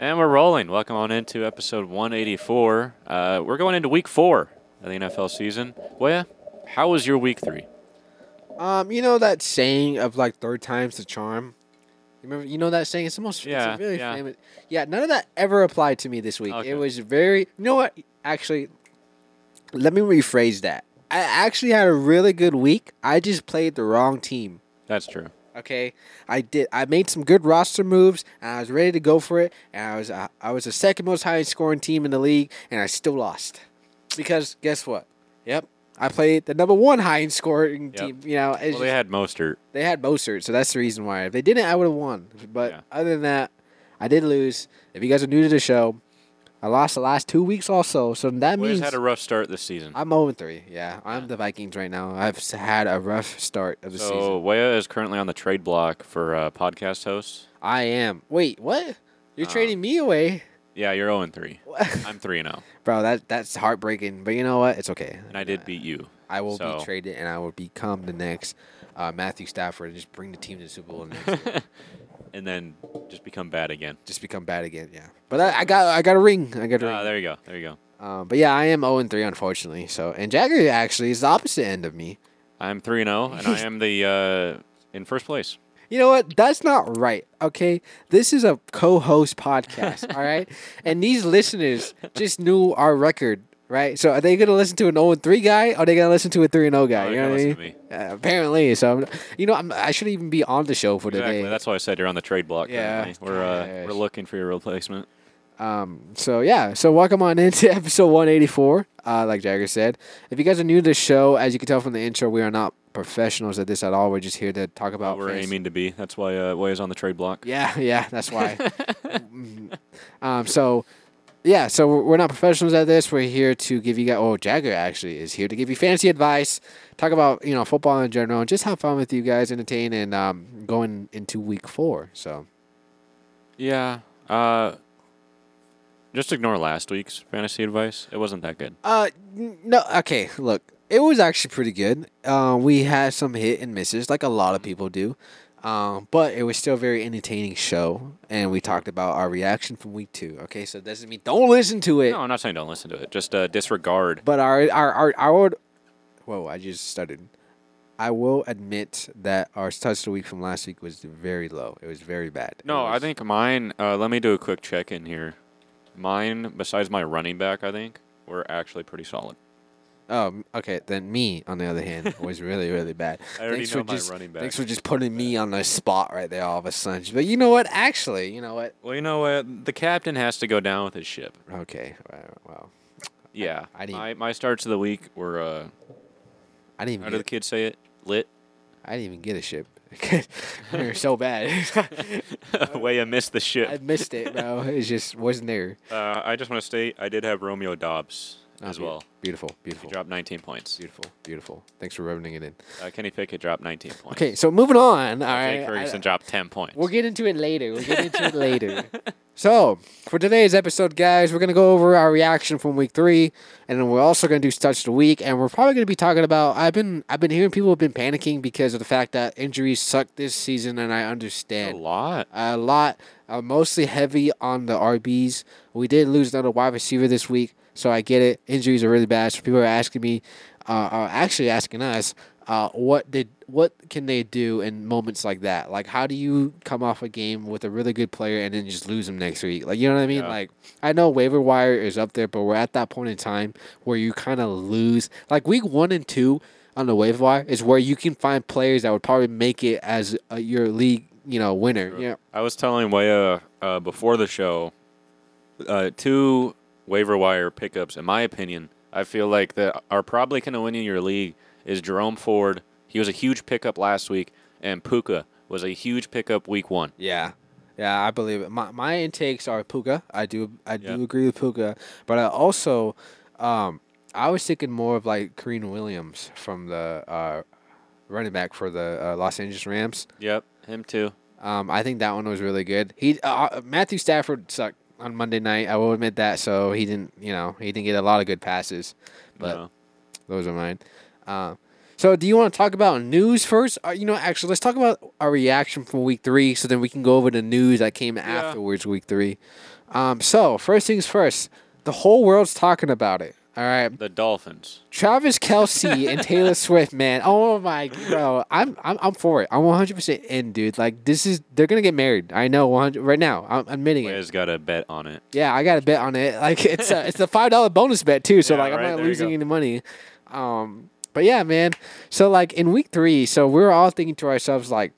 morning. Welcome on into episode 184. Uh, we're going into week four of the NFL season. Boya, how was your week three? Um, you know that saying of like third time's the charm. You Remember, you know that saying. It's the most. Yeah. Yeah, It's really yeah. famous. Yeah. None of that ever applied to me this week. Okay. It was very. You know what? Actually, let me rephrase that. I actually had a really good week. I just played the wrong team. That's true. Okay, I did. I made some good roster moves, and I was ready to go for it. And I was uh, I was the second most highest scoring team in the league, and I still lost because guess what? Yep, I played the number one highest scoring Yep. team. You know, it's Well, they just- had Mostert. they had Mostert, so that's the reason why. If they didn't, I would have won. But Yeah. other than that, I did lose. If you guys are new to the show, I lost the last two weeks also, so that Boya's means had a rough start this season. I'm 0 3. Yeah, I'm the Vikings right now. I've s- had a rough start of the season. So Boya is currently on the trade block for uh, podcast hosts. I am. Wait, what? Uh, You're trading me away, Yeah, you're 0 3. I'm 3 0. bro. That that's heartbreaking. But you know what? It's okay. Uh, And I did beat you. I will so- be traded, and I will become the next uh, Matthew Stafford, and just bring the team to the Super Bowl next year. And then just become bad again. just become bad again. Yeah, but I, I got I got a ring. I got a ring. Ah, there you go. There you go. Um, but yeah, I am 0 3, unfortunately. So, and Jagger actually is the opposite end of me. I'm 3 0, and I am the uh, in first place. You know what? That's not right. Okay, this is a co-host podcast. all right, and these listeners just knew our record, right? So, are they gonna listen to an 0 3 guy? Or are they gonna listen to a 3 0 guy? they're you know gonna what I mean? listen Uh, apparently, so I'm, you know, I'm, I shouldn't even be on the show for Exactly. today. That's why I said you're on the trade block. Yeah. currently. We're, uh, Gosh. we're looking for your replacement. Um, so yeah, so welcome on into episode 184. Uh, like Jagger said, if you guys are new to the show, as you can tell from the intro, we are not professionals at this at all. We're just here to talk about. Oh, We're fantasy aiming to be. That's why uh, Way is on the trade block. Yeah, yeah, that's why. um, so, yeah, so we're we're not professionals at this. We're here to give you guys. Oh, Jagger actually is here to give you fantasy advice, talk about you know football in general, and just have fun with you guys, entertain, and um, going into week four. So Yeah. Uh, just ignore last week's fantasy advice. It wasn't that good. Uh, n- no. Okay, look, it was actually pretty good. Uh, we had some hit and misses, like a lot of people do. Um, but it was still a very entertaining show, and we talked about our reaction from week two. Okay, so it doesn't mean don't listen to it, No, I'm not saying don't listen to it. Just uh, disregard. but our our our our. Whoa! I just stuttered. I will admit that our starts of the week from last week was very low. It was very bad. It No, I was- think mine. Uh, let me do a quick check in here. Mine, besides my running back, I think were actually pretty solid. Oh, m- okay. Then me, on the other hand, was really, really bad. I already thanks know for my just, running back. Thanks for just putting me on the spot right there all of a sudden. But you know what? Actually, you know what? Well, you know what? The captain has to go down with his ship. Okay. Well, well, Yeah. I didn't- my, my starts of the week were. Uh, I didn't how even do the get, kids say it? Lit. I didn't even get a ship. we were so bad. Way I missed the ship. I missed it, bro. It just wasn't there. Uh, I just want to state I did have Romeo Dobbs as Oh, be- well. Beautiful, He beautiful, dropped 19 points. beautiful, beautiful. Thanks for rubbing it in. Uh, Kenny Pickett dropped 19 points. Okay, so moving on. Jake All right. I- Ferguson dropped 10 points. We'll get into it later. We'll get into it later. So, for today's episode, guys, we're going to go over our reaction from week three, and then we're also going to do stats of the week, and we're probably going to be talking about. I've been I've been hearing people have been panicking because of the fact that injuries suck this season, and I a understand lot. a lot, uh, mostly heavy on the RBs. We did lose another wide receiver this week, so I get it. Injuries are really bad, so people are asking me, uh, are actually asking us, uh, what did what can they do in moments like that? Like, how do you come off a game with a really good player and then just lose them next week? Like, you know what I mean? Yeah. Like, I know waiver wire is up there, but we're at that point in time where you kind of lose. Like week one and two on the waiver wire is where you can find players that would probably make it as uh, your league, you know, winner. Yeah. I was telling Waya uh, before the show uh, two waiver wire pickups, in my opinion, I feel like that are probably going to win in your league is Jerome Ford. He was a huge pickup last week, and Puka was a huge pickup week one. Yeah. Yeah, I believe it. My my intakes are Puka. I do I do Yeah. agree with Puka, but I also um I was thinking more of like Kareem Williams from the uh running back for the uh, Los Angeles Rams. Yep, him too. Um I think that one was really good. He uh, uh, Matthew Stafford sucked on Monday night. I will admit that, so he didn't, you know, he didn't get a lot of good passes. But No. those are mine. Uh, So, do you want to talk about news first? Uh, you know, actually, let's talk about our reaction from week three, so then we can go over the news that came afterwards, week three. Um, so, first things first, the whole world's talking about it. All right, The Dolphins. Travis Kelsey and Taylor Swift, man. Oh my, bro, I'm I'm I'm for it. I'm 100 percent in, dude. Like this is they're gonna get married. I know 100 right now. I'm admitting it. Wiz got a bet on it. Yeah, I got a bet on it. Like it's a, it's a five dollar bonus bet too. So Yeah, like I'm right, not there you losing go. any money. Um, but yeah, man. So like in week three, so we were all thinking to ourselves like,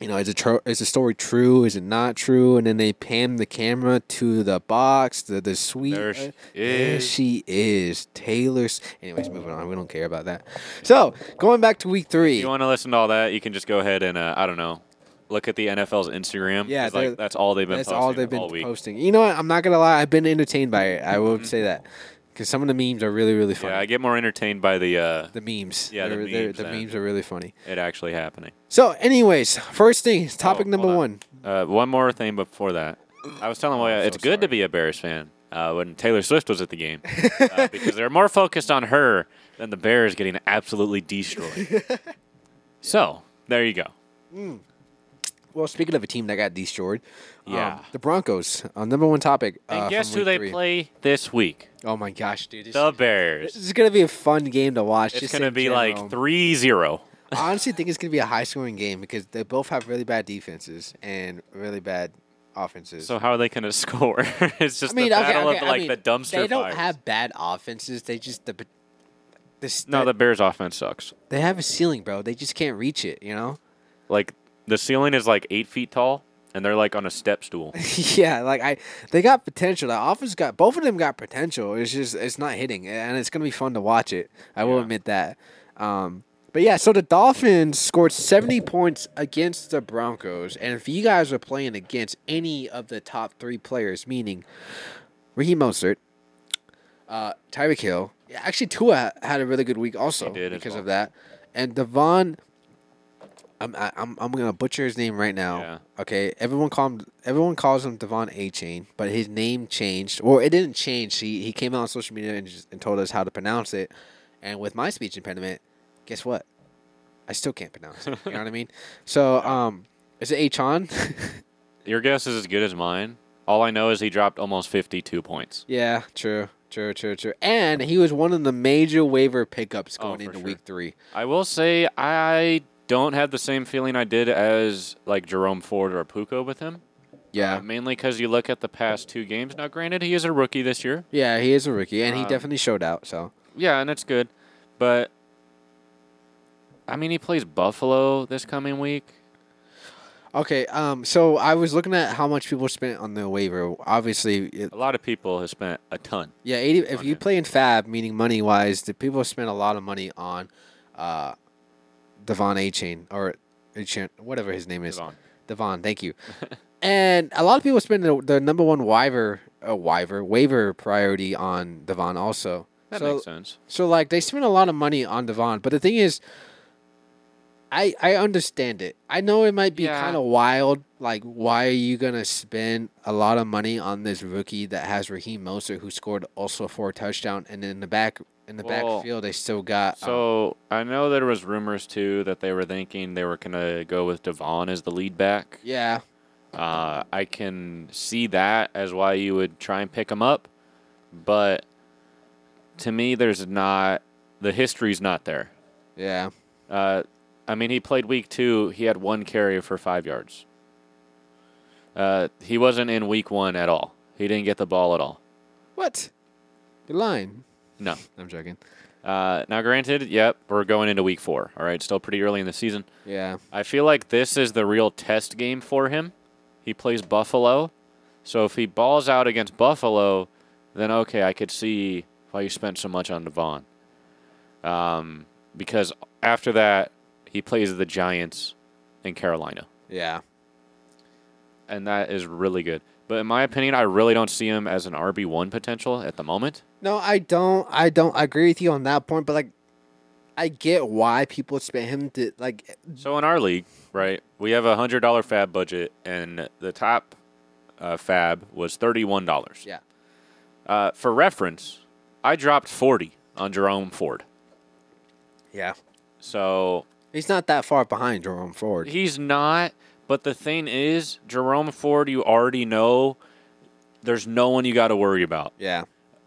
you know, is it tr- is the story true? Is it not true? And then they pan the camera to the box, the the suite. Uh, There she There is. she is, Taylor. S- Anyways, moving on. We don't care about that. So going back to week three. If you want to listen to all that, you can just go ahead and uh, I don't know, look at the NFL's Instagram. Yeah, 'cause, they're- like that's all they've been. That's posting all they've been week. Mm-hmm. posting. You know what? I'm not gonna lie. I've been entertained by it. I will say that because some of the memes are really, really funny. Yeah, I get more entertained by the uh, the memes. Yeah, the They're- they're- memes, the yeah. memes are really funny. it actually happening. So, anyways, first thing, topic Oh, number hold on. one. Uh, one more thing before that. I was telling Moya, Oh, I'm so it's good to be a Bears fan uh, when Taylor Swift was at the game uh, because they're more focused on her than the Bears getting absolutely destroyed. so there you go. Well, speaking of a team that got destroyed, um, Yeah. the Broncos. Uh, number one topic. And uh, guess from who week they three. play this week? Oh my gosh, dude! This, The this Bears. is gonna be a fun game to watch. It's just going to in be general. like 3 0. I honestly think it's gonna be a high scoring game because they both have really bad defenses and really bad offenses. So how are they going to score? it's just the battle of like the dumpster They don't fires. have bad offenses. They just the, the no, the Bears offense sucks. they have a ceiling, bro. They just can't reach it. You know. Like the ceiling is like eight feet tall, and they're like on a step stool. yeah, like I, they got potential. The offense got both of them got potential. It's just it's not hitting, and it's gonna be fun to watch it. I will Yeah. admit that. Um, but yeah, so the Dolphins scored seventy points against the Broncos, and if you guys are playing against any of the top three players, meaning Raheem Mostert, uh, Tyreek Hill, actually Tua had a really good week also did as because well. of that, and Devon. I'm I- I'm I'm gonna butcher his name right now. Yeah. Okay, everyone call him. Everyone calls him Devon A Chain, but his name changed. Well, it didn't change. He he came out on social media and, just, and told us how to pronounce it. And with my speech impediment, guess what? I still can't pronounce it. You know what I mean? So um, is it Achon? Your guess is as good as mine. All I know is he dropped almost 52 points. yeah, true, true, true, true. And he was one of the major waiver pickups Oh, going for into sure. week three. I will say I don't have the same feeling I did as like Jerome Ford or Puka with him. Yeah, Uh, mainly because you look at the past two games. Now, granted, he is a rookie this year. yeah, he is a rookie, and he Um, definitely showed out. So Yeah, and it's good, but I mean, he plays Buffalo this coming week. okay, um, so I was looking at how much people spent on the waiver. Obviously, it, A lot of people have spent a ton. Yeah, eighty. If on you it. play in Fab, meaning money wise, the people spend a lot of money on, uh, Devon A Chain or A Chain, whatever his name is. Devon. Devon, thank you. and a lot of people spend the, the number one waiver, uh, waiver, waiver priority on Devon also. That so, makes sense. so like they spend a lot of money on Devon, but the thing is, I I understand it. I know it might be Yeah. kind of wild. Like, why are you gonna spend a lot of money on this rookie that has Raheem Mostert, who scored also four touchdown, and in the back in the Well, backfield they still got um, So I know there was rumors too that they were thinking they were gonna go with Devon as the lead back. yeah, Uh, I can see that as why you would try and pick him up, but to me, there's not the history's not there. yeah, Uh, I mean, he played week two. He had one carry for five yards. Uh, he wasn't in week one at all. He didn't get the ball at all. what? You're lying. No. I'm joking. Uh, now, granted, yep, we're going into week four. All right, still pretty early in the season. Yeah, I feel like this is the real test game for him. He plays Buffalo. So if he balls out against Buffalo, then okay, I could see why you spent so much on Devon. Um, because after that, he plays the Giants in Carolina. yeah. And that is really good. But in my opinion, I really don't see him as an RB1 potential at the moment. No, I don't. I don't agree with you on that point, but like, I get why people spent him to like So in our league, right, we have a $100 fab budget, and the top uh, fab was $31. yeah. Uh, for reference, I dropped 40 on Jerome Ford. Yeah. So He's not that far behind Jerome Ford. He's not. But the thing is, Jerome Ford, you already know there's no one you got to worry about. Yeah.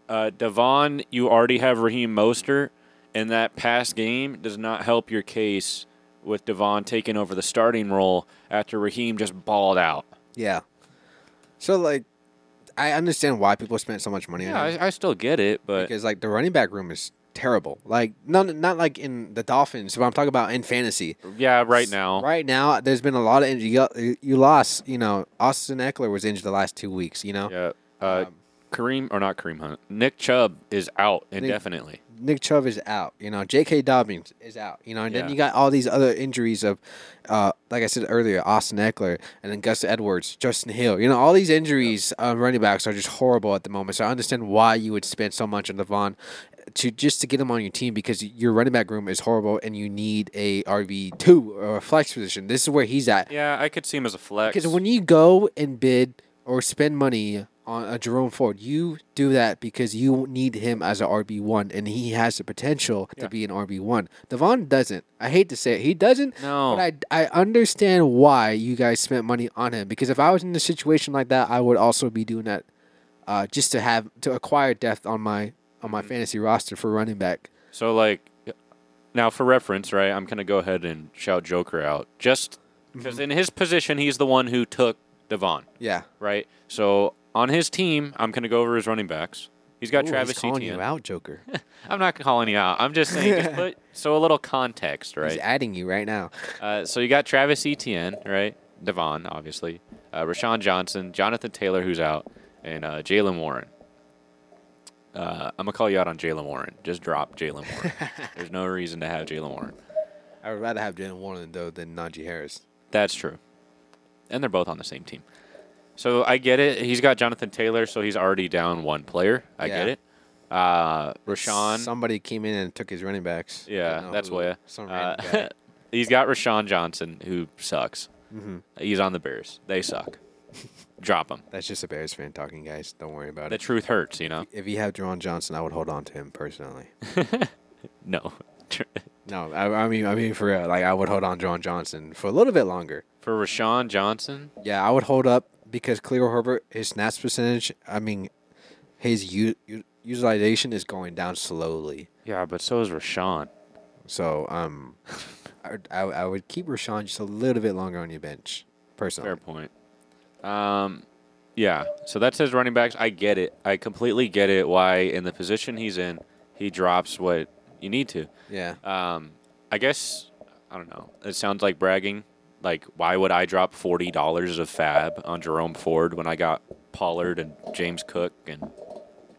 Uh, Devon, you already have Raheem Mostert, and that past game does not help your case with Devon taking over the starting role after Raheem just balled out. Yeah. So like I understand why people spent so much money Yeah, on him. I, I still get it, but Because like the running back room is terrible. Like not not like in the Dolphins, but I'm talking about in fantasy. yeah, right now, Right now, there's been a lot of injury. You, you lost, you know, Austin Eckler was injured the last two weeks. You know, yeah, uh, Um, Kareem or not Kareem Hunt, Nick Chubb is out indefinitely. Nick Chubb is out. You know, J.K. Dobbins is out. You know, and Yeah. then you got all these other injuries of, uh, like I said earlier, Austin Eckler and then Gus Edwards, Justin Hill. You know, all these injuries um, running backs are just horrible at the moment. So I understand why you would spend so much on Devon to just to get him on your team because your running back room is horrible and you need a RB two or a flex position. This is where he's at. Yeah, I could see him as a flex. Because when you go and bid or spend money on a Jerome Ford, you do that because you need him as an RB one, and he has the potential Yeah. to be an RB one. Devon doesn't. I hate to say it, he doesn't. No. but I, I understand why you guys spent money on him because if I was in a situation like that, I would also be doing that, uh, just to have to acquire depth on my on Mm-hmm. my fantasy roster for running back. So like, now for reference, right? I'm gonna go ahead and shout Joker out just because in his position, he's the one who took Devon, Yeah, right? So on his team, I'm gonna go over his running backs. He's got Travis calling you Etienne. out, Joker. I'm not calling you out. I'm just saying, just put so a little context, He's right? adding you right now. Uh, so you got Travis Etienne, right? Devon, obviously. Uh, Rashawn Johnson, Jonathan Taylor, who's out, and uh, Jalen Warren. Uh, I'm gonna call you out on Jalen Warren. Just drop Jalen Warren. There's no reason to have Jalen Warren. I would rather have Jalen Warren though than Najee Harris. That's true. And they're both on the same team. So I get it. He's got Jonathan Taylor, so he's already down one player. I get Yeah. it. Uh, Rashawn. Somebody came in and took his running backs. yeah, Don't know that's who. where. Some Uh, random guy. he's got Rashawn Johnson, who sucks. Mm-hmm. He's on the Bears. They suck. Drop him. That's just a Bears fan talking, guys. Don't worry about The it. truth hurts, you know? If you have Jaron Johnson, I would hold on to him personally. No. no, I, I mean, I mean for real. Like I would hold on Jaron Johnson for a little bit longer. For Rashawn Johnson, Yeah, I would hold up because Cleo Herbert, his snaps percentage, I mean, his u- u- utilization is going down slowly. yeah, but so is Rashawn. So um, I, would- I, would- I would keep Rashawn just a little bit longer on your bench personally. Fair point. Um, yeah. So that says running backs. I get it. I completely get it. Why in the position he's in, he drops what you need to. Yeah. Um, I guess I don't know. It sounds like bragging. Like, why would I drop forty dollars of fab on Jerome Ford when I got Pollard and James Cook and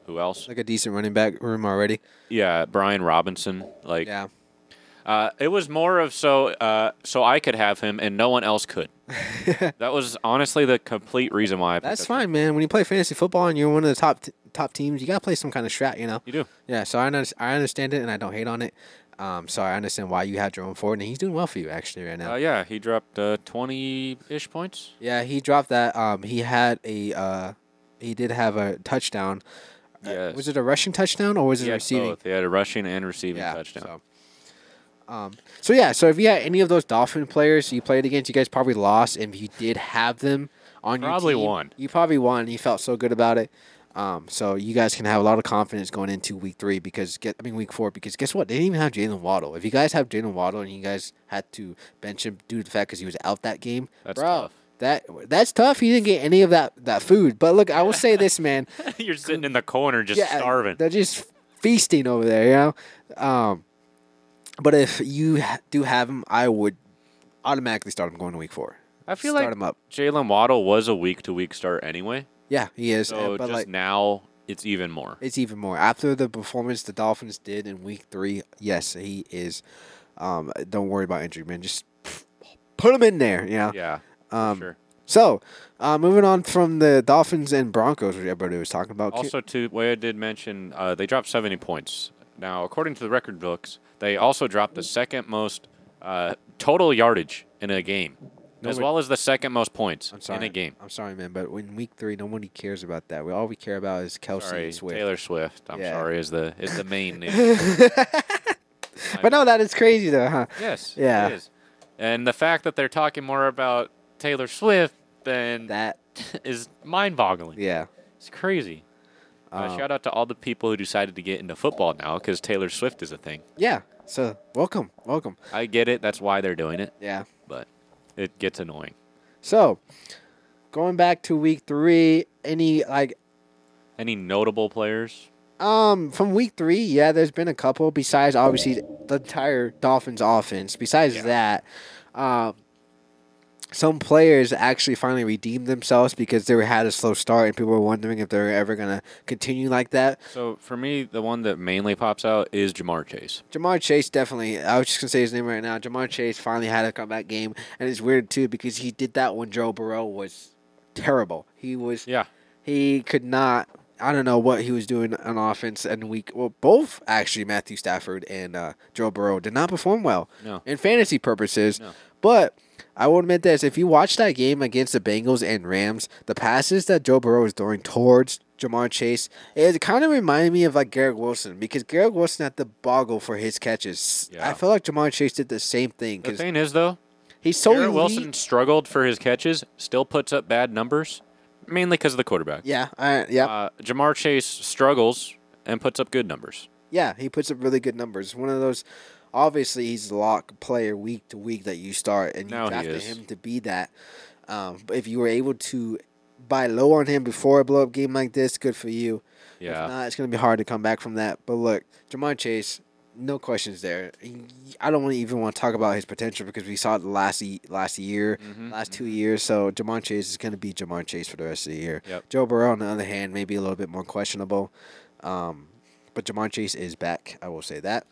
who else? like a decent running back room already. Yeah, Brian Robinson. Like, Yeah. Uh, it was more of so uh, so I could have him and no one else could. that was honestly the complete reason why. I picked That's up- fine, man. When you play fantasy football and you're one of the top t- top teams, you gotta play some kind of strat, you know. You do. Yeah, so I under- I understand it and I don't hate on it. Um, so I understand why you had Jerome Ford and he's doing well for you actually right now. Uh, yeah, he dropped uh, twenty ish points. yeah, he dropped that. Um, he had a uh, he did have a touchdown. Uh, Yes. was it a rushing touchdown or was it He a had receiving? both. He had a rushing and receiving Yeah. touchdown. So. Um, so yeah, so if you had any of those Dolphin players you played against, you guys probably lost. And if you did have them on Probably your team, won. You probably won. and You felt so good about it. Um, so you guys can have a lot of confidence going into week three because get I mean week four because guess what they didn't even have Jalen Waddle. If you guys have Jalen Waddle and you guys had to bench him due to the fact because he was out that game, That's bro, tough. that that's tough. He didn't get any of that that food. But look, I will say this, man. You're sitting in the corner just Yeah, starving. They're just feasting over there, you know. Um, but if you ha- do have him, I would automatically start him going to week four. I feel start like- him up. Jalen Waddle was a week to week start anyway, Yeah, he is. so and- but just like, now it's even more. it's even more after the performance the Dolphins did in week three. Yes, he is. Um, don't worry about injury, man. Just put him in there. You know? yeah, Um, sure. So, uh, moving on from the Dolphins and Broncos, which everybody was talking about. Also, too, Waya did mention uh, they dropped 70 points. Now, according to the record books, they also dropped the second most uh, total yardage in a game, as wait. well as the second most points I'm sorry. in a game. I'm sorry, man, but in week three, nobody cares about that. We all we care about is Kelsey Sorry, and Swift. Taylor Swift. I'm Yeah. sorry. Is the is the main news? But no, that is crazy though, huh? Yes. Yeah. It is. And the fact that they're talking more about Taylor Swift than that That is mind-boggling. yeah. It's crazy. Uh, Um, shout out to all the people who decided to get into football now because Taylor Swift is a thing. Yeah. So welcome, welcome. I get it. That's why they're doing it, Yeah. but it gets annoying. So going back to week three, any like Any notable players? Um, from week three, yeah, there's been a couple. Besides, obviously, the entire Dolphins offense. Besides Yeah. that, um, some players actually finally redeemed themselves because they were had a slow start, and people were wondering if they were ever gonna continue like that. So for me, the one that mainly pops out is Jamar Chase. Jamar Chase definitely. I was just gonna say his name right now. Jamar Chase finally had a comeback game, and it's weird too because he did that when Joe Burrow was terrible. He was Yeah. he could not. I don't know what he was doing on offense and week. Well, both actually, Matthew Stafford and uh, Joe Burrow did not perform well No. in fantasy purposes. No. But I will admit this: if you watch that game against the Bengals and Rams, the passes that Joe Burrow is throwing towards Jamar Chase, it kind of reminded me of like Garrett Wilson because Garrett Wilson had to boggle for his catches. Yeah. I feel like Jamar Chase did the same thing The because thing is, though, he's so Garrett elite. Wilson struggled for his catches, still puts up bad numbers, mainly because of the quarterback. Yeah, I, yeah. Uh, Jamar Chase struggles and puts up good numbers. Yeah, he puts up really good numbers. One of those, obviously, he's a lock player week to week that you start, and you Now he drafted is. him to be that. Um, but if you were able to buy low on him before a blow up game like this, good for you. If Yeah. not, it's going to be hard to come back from that. But look, Jamar Chase, no questions there. I don't want to even want to talk about his potential because we saw it last e- last year, Mhm, last two years. So Jamar Chase is going to be Jamar Chase for the rest of the year. Yep. Joe Burrow, on the other hand, may be a little bit more questionable. Um, but Jamar Chase is back. I will say that.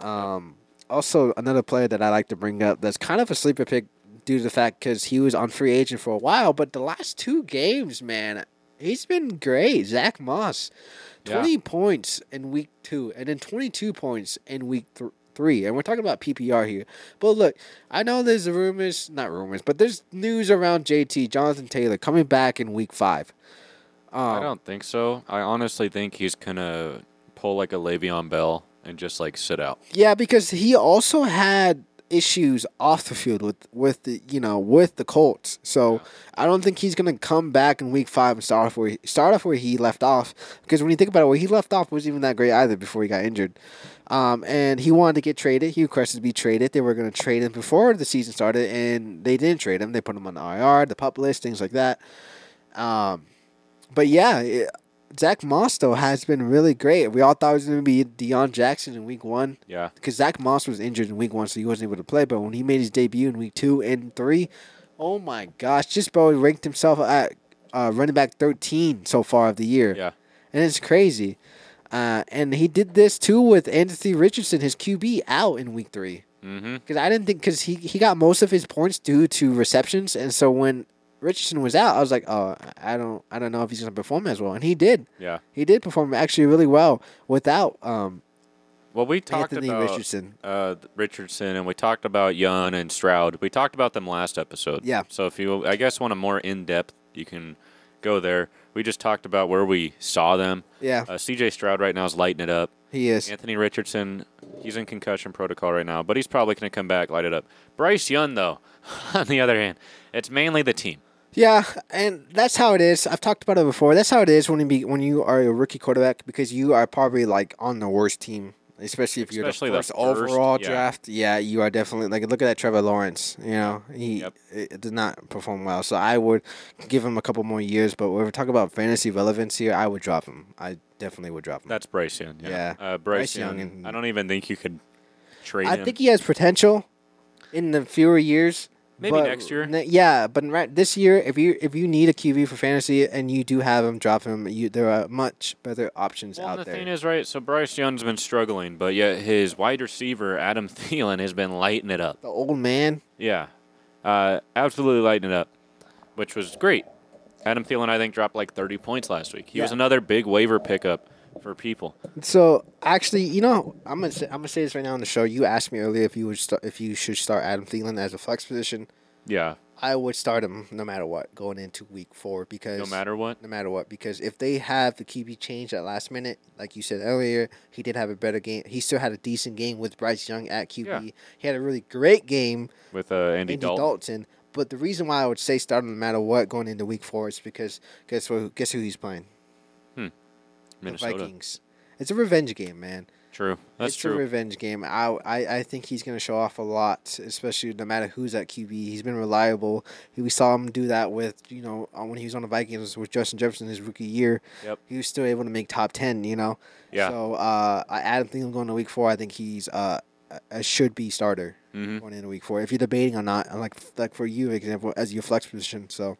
Um, also, another player that I like to bring up that's kind of a sleeper pick due to the fact because he was on free agent for a while, but the last two games, man, he's been great. Zach Moss, Yeah. 20 points in week two, and then 22 points in week th- three. And we're talking about PPR here. But look, I know there's rumors, not rumors, but there's news around JT, Jonathan Taylor, coming back in week five. I don't think so. I honestly think he's gonna pull like a Le'Veon Bell and just like sit out. Yeah, because he also had issues off the field with with the you know with the Colts. So I don't think he's gonna come back in Week Five and start off where he, start off where he left off. Because when you think about it, where he left off wasn't even that great either before he got injured. Um, and he wanted to get traded. He requested to be traded. They were gonna trade him before the season started, and they didn't trade him. They put him on the IR, the pup list, things like that. Um, but yeah, it, Zach Moss though has been really great. We all thought it was gonna be Deion Jackson in Week One Yeah. because Zach Moss was injured in week one, so he wasn't able to play. But when he made his debut in week two and three, oh my gosh, just bro ranked himself at uh, running back 13 so far of the year. Yeah. And it's crazy. Uh, and he did this too with Anthony Richardson, his QB, out in week three. Mm-hmm. Because I didn't think, because he, he got most of his points due to receptions. And so when Richardson was out, I was like, oh, I don't, I don't know if he's going to perform as well. And he did. Yeah. He did perform actually really well without um, Well, we talked Anthony about Richardson. uh, Richardson and we talked about Young and Stroud. We talked about them last episode. Yeah. So if you, I guess, want a more in depth, you can go there. We just talked about where we saw them. Yeah, Uh, C.J. Stroud right now is lighting it up. he is. Anthony Richardson, he's in concussion protocol right now, but he's probably going to come back, light it up. Bryce Young, though, on the other hand, it's mainly the team. Yeah, and that's how it is. I've talked about it before. That's how it is when you be when you are a rookie quarterback because you are probably like on the worst team, especially if you're Especially the the first, first, overall yeah. draft. Yeah, you are definitely like look at that Trevor Lawrence. You know he Yep. it did not perform well, so I would give him a couple more years. But when we're talking about fantasy relevance here, I would drop him. I definitely would drop him. That's Bryce Young. Yeah. Yeah. Uh, Bryce Bryce, Young Young. and- I don't even think you could trade I him. think he has potential in the fewer years. Maybe but next year. ne- yeah, but right this year, if you if you need a QB for fantasy and you do have him, drop him. You there are much better options Well, and out the there. thing is, right? So Bryce Young's been struggling, but yet his wide receiver Adam Thielen has been lighting it up. the old man, Yeah, uh, absolutely lighting it up, which was great. Adam Thielen, I think, dropped like 30 points last week. He was Yeah. another big waiver pickup for people. So actually, you know, I'm gonna say, I'm gonna say this right now on the show. You asked me earlier if you would start, if you should start Adam Thielen as a flex position. Yeah. I would start him no matter what going into week four because No matter what. no matter what because if they have the QB change at last minute, like you said earlier, he did have a better game. He still had a decent game with Bryce Young at QB. Yeah. He had a really great game With uh, Andy, Andy Dalton. Dalton. But the reason why I would say start him no matter what going into week four is because guess what? Guess who he's playing? The Minnesota. Vikings. It's a revenge game, man. True. That's it's a true. revenge game. I, I I think he's gonna show off a lot, especially no matter who's at QB. He's been reliable. He- We saw him do that with you know uh, when he was on the Vikings with Justin Jefferson his rookie year. Yep. He was still able to make top ten. You know. Yeah. So uh, I Adam Thielen going to week four. I think he's uh a- a should be starter Mhm. going into week four if you're debating or not. and Like like for you, for example, as your flex position. So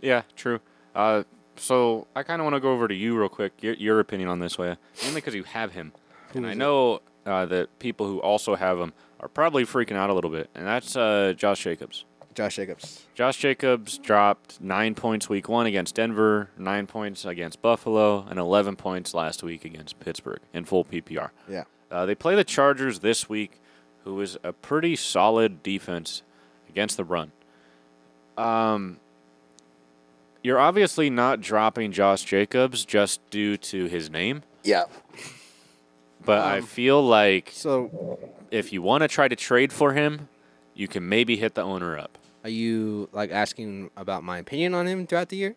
Yeah, true. Uh, so I kind of want to go over to you real quick. Your, your opinion on this way, mainly because you have him, and I know uh, that people who also have him are probably freaking out a little bit, and that's uh, Josh Jacobs. Josh Jacobs. Josh Jacobs dropped nine points week one against Denver, nine points against Buffalo, and 11 points last week against Pittsburgh in full PPR. Yeah. Uh, they play the Chargers this week, who is a pretty solid defense against the run. Um, you're obviously not dropping Josh Jacobs just due to his name, Yeah. but Um. I feel like So if you want to try to trade for him, you can maybe hit the owner up. Are you like asking about my opinion on him throughout the year?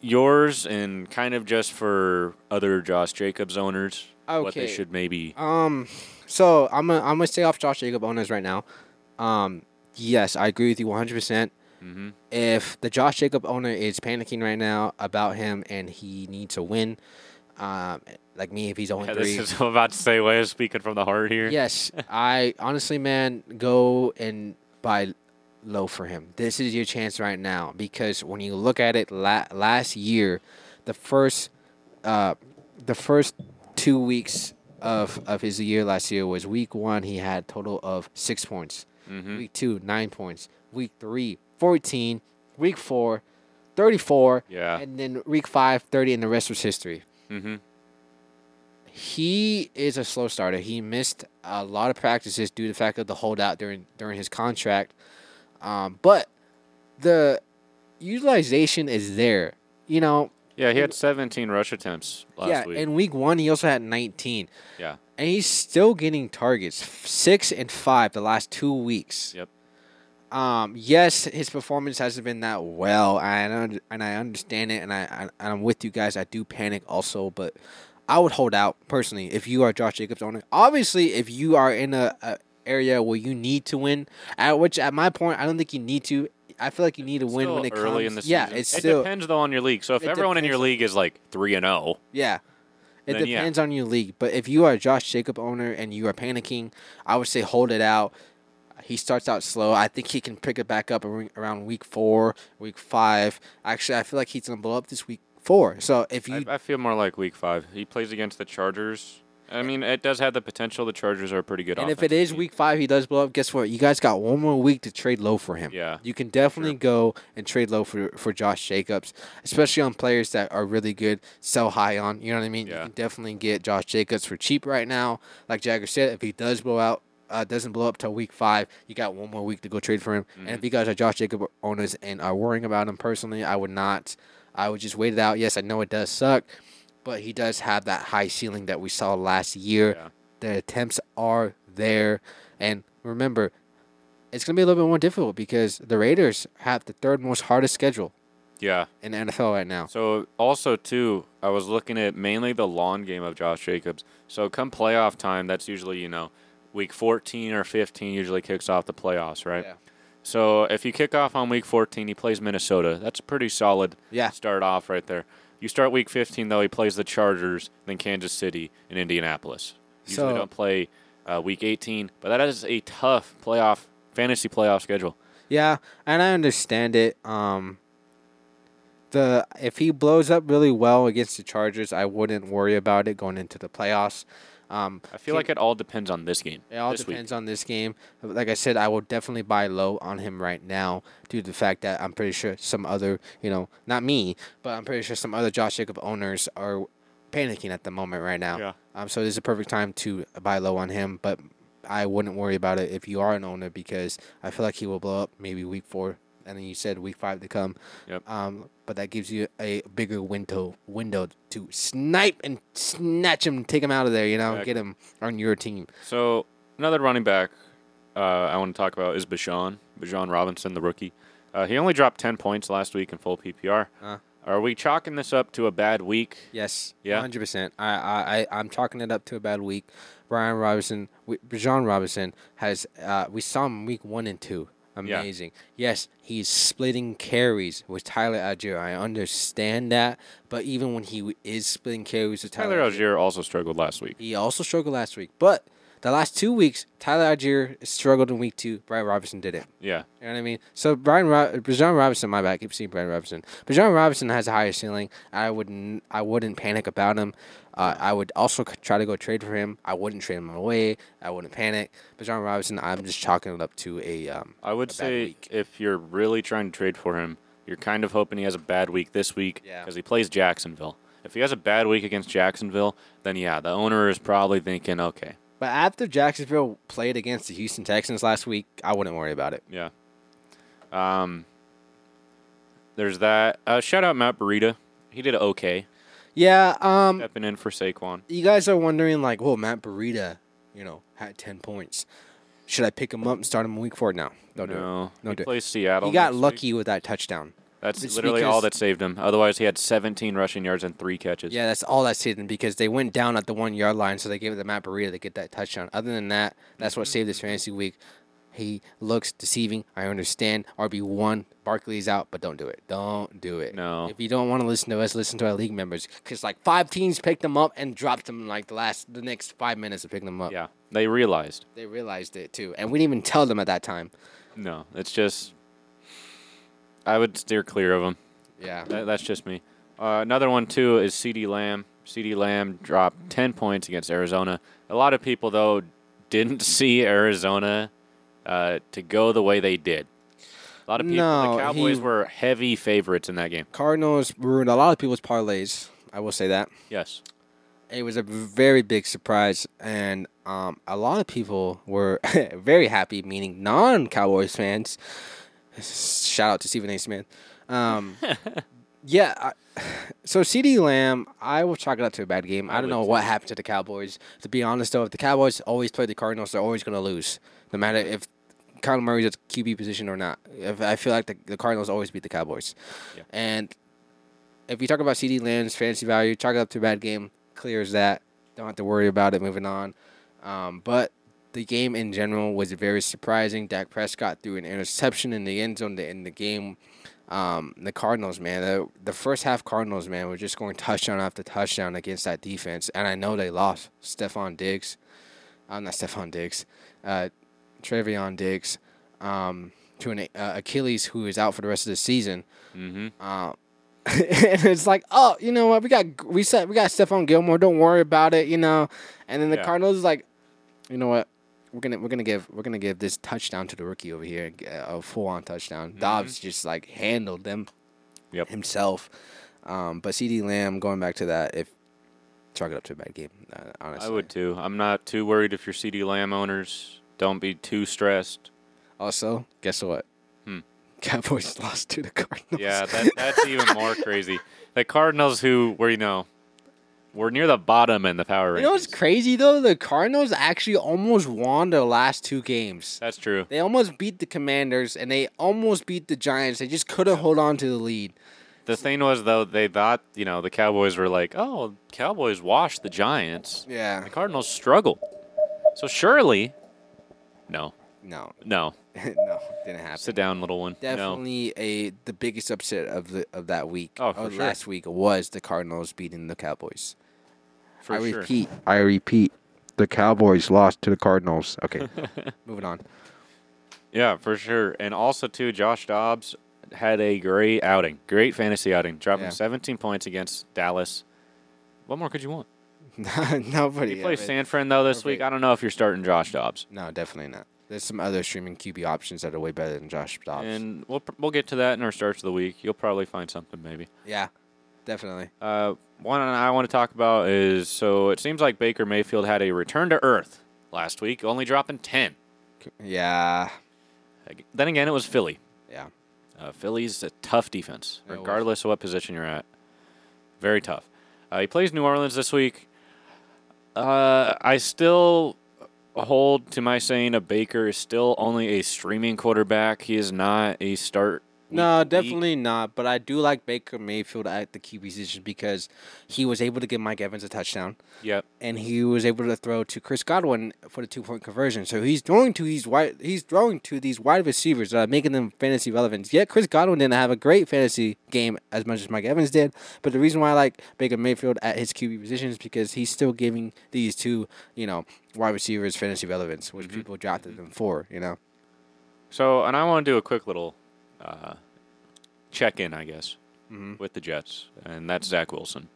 Yours and kind of just for other Josh Jacobs owners, what they Okay. should maybe. Um, so I'm gonna I'm gonna stay off Josh Jacob owners right now. Um, yes, I agree with you 100. percent Mhm. If the Josh Jacob owner is panicking right now about him and he needs a win, um, like me, if he's only Yeah, three, this is I'm about to say. Way of speaking from the heart here. yes, I honestly, man, go and buy low for him. This is your chance right now because when you look at it, la- last year, the first, uh, the first two weeks of of his year last year was week one. He had total of six points. Mm-hmm. Week two, nine points. Week three, 14. Week four, 34. Yeah. Mm-hmm. And then week five, 30, and the rest was history he is a slow starter. He missed a lot of practices due to the fact of the holdout during during his contract. Um, but the utilization is there. You know, Yeah, he had 17 rush attempts last yeah. week. In week one, he also had 19, yeah. and he's still getting targets f- six and five the last two weeks. Yep. Um, yes, his performance hasn't been that well, and I un- and I understand it, and I, I and I'm with you guys. I do panic also, but I would hold out personally if you are Josh Jacobs owner. Obviously, if you are in a, a area where you need to win, at which at my point, I don't think you need to. I feel like you need to win when it early comes. in the yeah, season. it's it still depends though on your league. So if It everyone in your depends. league is like three and oh, zero, yeah. It Then, yeah. depends on your league, but if you are a Josh Jacob owner and you are panicking, I would say hold it out. He starts out slow. I think he can pick it back up ar- around week four, week five. Actually, I feel like he's gonna blow up this week four. So if you I, I feel more like week five. He plays against the Chargers. I mean, it does have the potential. The Chargers are a pretty good. and if offensive it is team. week five, he does blow up. Guess what? You guys got one more week to trade low for him. Yeah, You can definitely go and trade low for, for Josh Jacobs, especially on players that are really good, sell high on. You know what I mean? You Yeah. can definitely get Josh Jacobs for cheap right now. Like Jagger said, if he does blow out, uh, doesn't blow up till week five, you got one more week to go trade for him. Mm-hmm. And if you guys are Josh Jacob owners and are worrying about him personally, I would not. I would just wait it out. Yes, I know it does suck, but he does have that high ceiling that we saw last year. Yeah. The attempts are there. And remember, it's going to be a little bit more difficult because the Raiders have the third most hardest schedule yeah. in the NFL right now. So also too, I was looking at mainly the lawn game of Josh Jacobs. So come playoff time, that's usually you know, week 14 or 15 usually kicks off the playoffs, right? Yeah. So if you kick off on week 14, he plays Minnesota. That's a pretty solid Yeah. start off right there. You start week 15 though, he plays the Chargers, then Kansas City and Indianapolis. Usually So- don't play uh, week 18, but that is a tough playoff fantasy playoff schedule. Yeah, and I understand it. Um, the if he blows up really well against the Chargers, I wouldn't worry about it going into the playoffs. Um, I feel like it all depends on this game. It all this depends on this game. Like I said, I will definitely buy low on him right now due to the fact that I'm pretty sure some other, you know, not me, but I'm pretty sure some other Josh Jacob owners are panicking at the moment right now. Yeah. Um, so this is a perfect time to buy low on him. But I wouldn't worry about it if you are an owner because I feel like he will blow up maybe week four, and then you said week five to come. Yep. Um, but that gives you a bigger window window to snipe and snatch him, take him out of there. You know, Exactly. get him on your team. So another running back uh, I want to talk about is Bashan Bashan Robinson, the rookie. Uh, he only dropped ten points last week in full PPR. Uh. Are we chalking this up to a bad week? Yes. Yeah. Hundred percent. I, I I I'm chalking it up to a bad week. Brian Robinson, we- John Robinson has. Uh, we saw him week one and two. Yeah. Amazing. Yes, he's splitting carries with Tyler Algier. I understand that, but even when he w- is splitting carries with Tyler, Tyler Algier also struggled last week. he also struggled last week. But the last two weeks, Tyler Algier struggled in week two. Brian Robinson did it. Yeah, You know what I mean? So Brian, Ro- Bijan Robinson, my bad. I keep seeing Brian Robinson. Bijan Robinson has a higher ceiling. I wouldn't, I wouldn't panic about him. Uh, I would also c- try to go trade for him. I wouldn't trade him away. I wouldn't panic. Bijan Robinson, I'm just chalking it up to a. Um, I would bad say week. if you're really trying to trade for him, you're kind of hoping he has a bad week this week Yeah. because he plays Jacksonville. If he has a bad week against Jacksonville, then yeah, the owner is probably thinking, okay, but after Jacksonville played against the Houston Texans last week, I wouldn't worry about it. yeah. Um, there's that. Uh, shout out Matt Burita. He did okay, Yeah. Um. stepping in for Saquon. You guys are wondering like, well, Matt Burita, you know, had ten points. Should I pick him up and start him in week four? now? Don't do it. No, No, he do it. plays Seattle. He got next week. lucky with that touchdown. That's It's literally all because- that saved him. Otherwise, he had 17 rushing yards and three catches. Yeah, that's all that's hidden because they went down at the one yard line, so they gave it to Matt Burita to get that touchdown. Other than that, that's Mm-hmm. what saved this fantasy week. He looks deceiving. I understand. RB one, Barkley's out, but don't do it. Don't do it. No. If you don't want to listen to us, listen to our league members, because like five teams picked them up and dropped them like the last, the next five minutes of picking them up. yeah, they realized. They realized it too, and we didn't even tell them at that time. No, it's just I would steer clear of him. Yeah. That, that's just me. Uh, another one too is C.D. Lamb. C.D. Lamb dropped ten points against Arizona. A lot of people though didn't see Arizona uh, to go the way they did. A lot of people. No, the Cowboys he- were heavy favorites in that game. Cardinals ruined a lot of people's parlays. I will say that. Yes. It was a very big surprise, and um, a lot of people were very happy, meaning non Cowboys fans. Shout out to Stephen A. Smith. Um, yeah, I, so CD Lamb, I will chalk it up to a bad game. I, don't would know what happened to the Cowboys. To be honest, though, if the Cowboys always play the Cardinals, they're always going to lose, no matter if Kyler Murray's at QB position or not. If, I feel like the, the Cardinals always beat the Cowboys. Yeah. And if you talk about CD Lamb's fantasy value, chalk it up to a bad game, clears that. Don't have to worry about it moving on. Um, but the game in general was very surprising. Dak Prescott threw an interception in the end zone to end the game. Um, the Cardinals, man, the, the first half Cardinals, man, were just scoring touchdown after touchdown against that defense. And I know they lost Stephon Diggs. I'm not Stephon Diggs. Uh, Trevion Diggs um, to an uh, Achilles who is out for the rest of the season. Mm-hmm. Um, and it's like, oh, you know what? We got we set we got Stephon Gilmore. Don't worry about it, you know. And then the Yeah. Cardinals is like, you know what? We're gonna we're gonna give we're gonna give this touchdown to the rookie over here, uh, a full on touchdown. Dobbs just like handled them Mm-hmm. Yep. himself. Um, but C.D. Lamb going back to that, if chalk it up to a bad game, uh, honestly. I would too. I'm not too worried if you're C.D. Lamb owners. Don't be too stressed. Also, guess what? Hmm. Cowboys lost to the Cardinals. Yeah, that, that's even more crazy. The Cardinals, who were you know, were near the bottom in the power rankings. You know what's crazy though? The Cardinals actually almost won their last two games. that's true. They almost beat the Commanders and they almost beat the Giants. They just couldn't hold on to the lead. The thing was though, they thought you know the Cowboys were like, oh, Cowboys washed the Giants. Yeah. The Cardinals struggle. So surely, no, No, no, no, didn't happen. sit down, little one. No, Definitely a the biggest upset of the of that week. Oh, for of sure. Last week was the Cardinals beating the Cowboys. for I sure. repeat. I repeat. The Cowboys lost to the Cardinals. Okay, moving on. Yeah, for sure. And also too, Josh Dobbs had a great outing, great fantasy outing, dropping Yeah. 17 points against Dallas. What more could you want? Nobody. He plays ever- San Fran though this week. Perfect. I don't know if you're starting Josh Dobbs. No, definitely not. There's some other streaming QB options that are way better than Josh Dobbs. And we'll pr- we'll get to that in our starts of the week. You'll probably find something maybe. yeah, definitely. Uh, one I want to talk about is so it seems like Baker Mayfield had a return to earth last week, only dropping 10. Yeah. Ag- Then again, it was Philly. Yeah. Uh, Philly's a tough defense, Yeah, it was. regardless of what position you're at. Very tough. Uh, he plays New Orleans this week. Uh, I still hold to my saying of Baker is still only a streaming quarterback. He is not a start. week No, to week. definitely not. But I do like Baker Mayfield at the QB position because he was able to give Mike Evans a touchdown Yep. and he was able to throw to Chris Godwin for the two point conversion. So he's throwing to these wide he's throwing to these wide receivers that are making them fantasy relevant. Yet Chris Godwin didn't have a great fantasy game as much as Mike Evans did. But the reason why I like Baker Mayfield at his QB position is because he's still giving these two, you know, wide receivers fantasy relevance, which Mm-hmm. people drafted them for, you know. So, and I want to do a quick little uh, check in, I guess, Mhm. with the Jets, and that's Zach Wilson.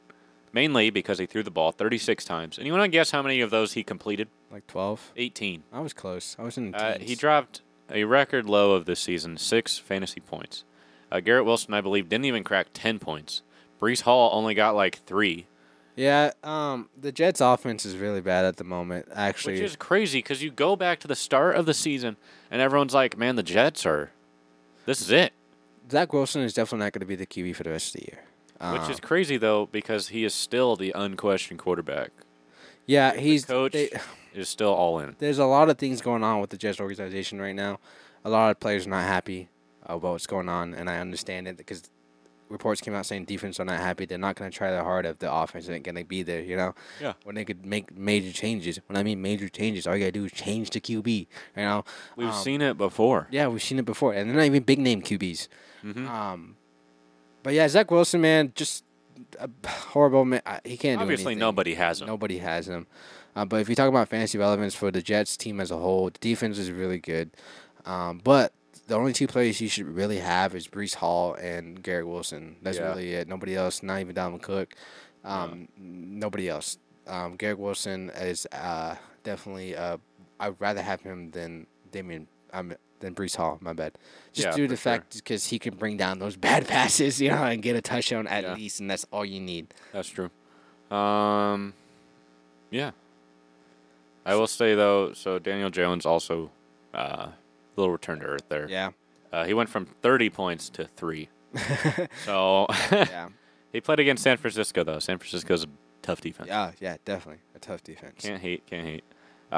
Mainly because he threw the ball 36 times. And you want to guess how many of those he completed? Like twelve. 18. I was close. I was in the Uh, he teens. dropped a record low of this season, six fantasy points. Uh, Garrett Wilson, I believe, didn't even crack 10 points. Brees Hall only got like three, Yeah, um, the Jets' offense is really bad at the moment. Actually, which is crazy because you go back to the start of the season and everyone's like, man, the Jets are, this is it. Zach Wilson is definitely not going to be the QB for the rest of the year. Which Uh, is crazy though, because he is still the unquestioned quarterback. Yeah, he's Coach they- is still all in. there's a lot of things going on with the Jets organization right now. A lot of players are not happy about what's going on, and I understand it because reports came out saying defense are not happy. They're not going to try their hard if the offense isn't going to be there, you know? Yeah. When they could make major changes. When I mean major changes, all you got to do is change the QB, you know? We've Um, seen it before. Yeah, we've seen it before, and they're not even big name QBs. Mm-hmm. Um, but yeah, Zach Wilson, man, just a horrible man. I- He can't Obviously, do anything. nobody has him. Nobody has him. Uh, but if you talk about fantasy relevance for the Jets team as a whole, the defense is really good. Um, but the only two players you should really have is Brees Hall and Garrett Wilson. That's Yeah. really it. Nobody else, not even Dalvin Cook. Um, Nobody else. Um, Garrett Wilson is uh, definitely. Uh, I'd rather have him than Damian. Um, than Brees Hall. My bad. Just Yeah, due to for the fact because he can bring down those bad passes, you know, and get a touchdown at Yeah. least, and that's all you need. That's true. Um, yeah. I will say though, so Daniel Jones also uh, a little return to earth there. Yeah. Uh, he went from 30 points to three. so Yeah. he played against San Francisco though. San Francisco's a tough defense. Yeah, Ah, yeah, definitely a tough defense. Can't hate. Can't hate.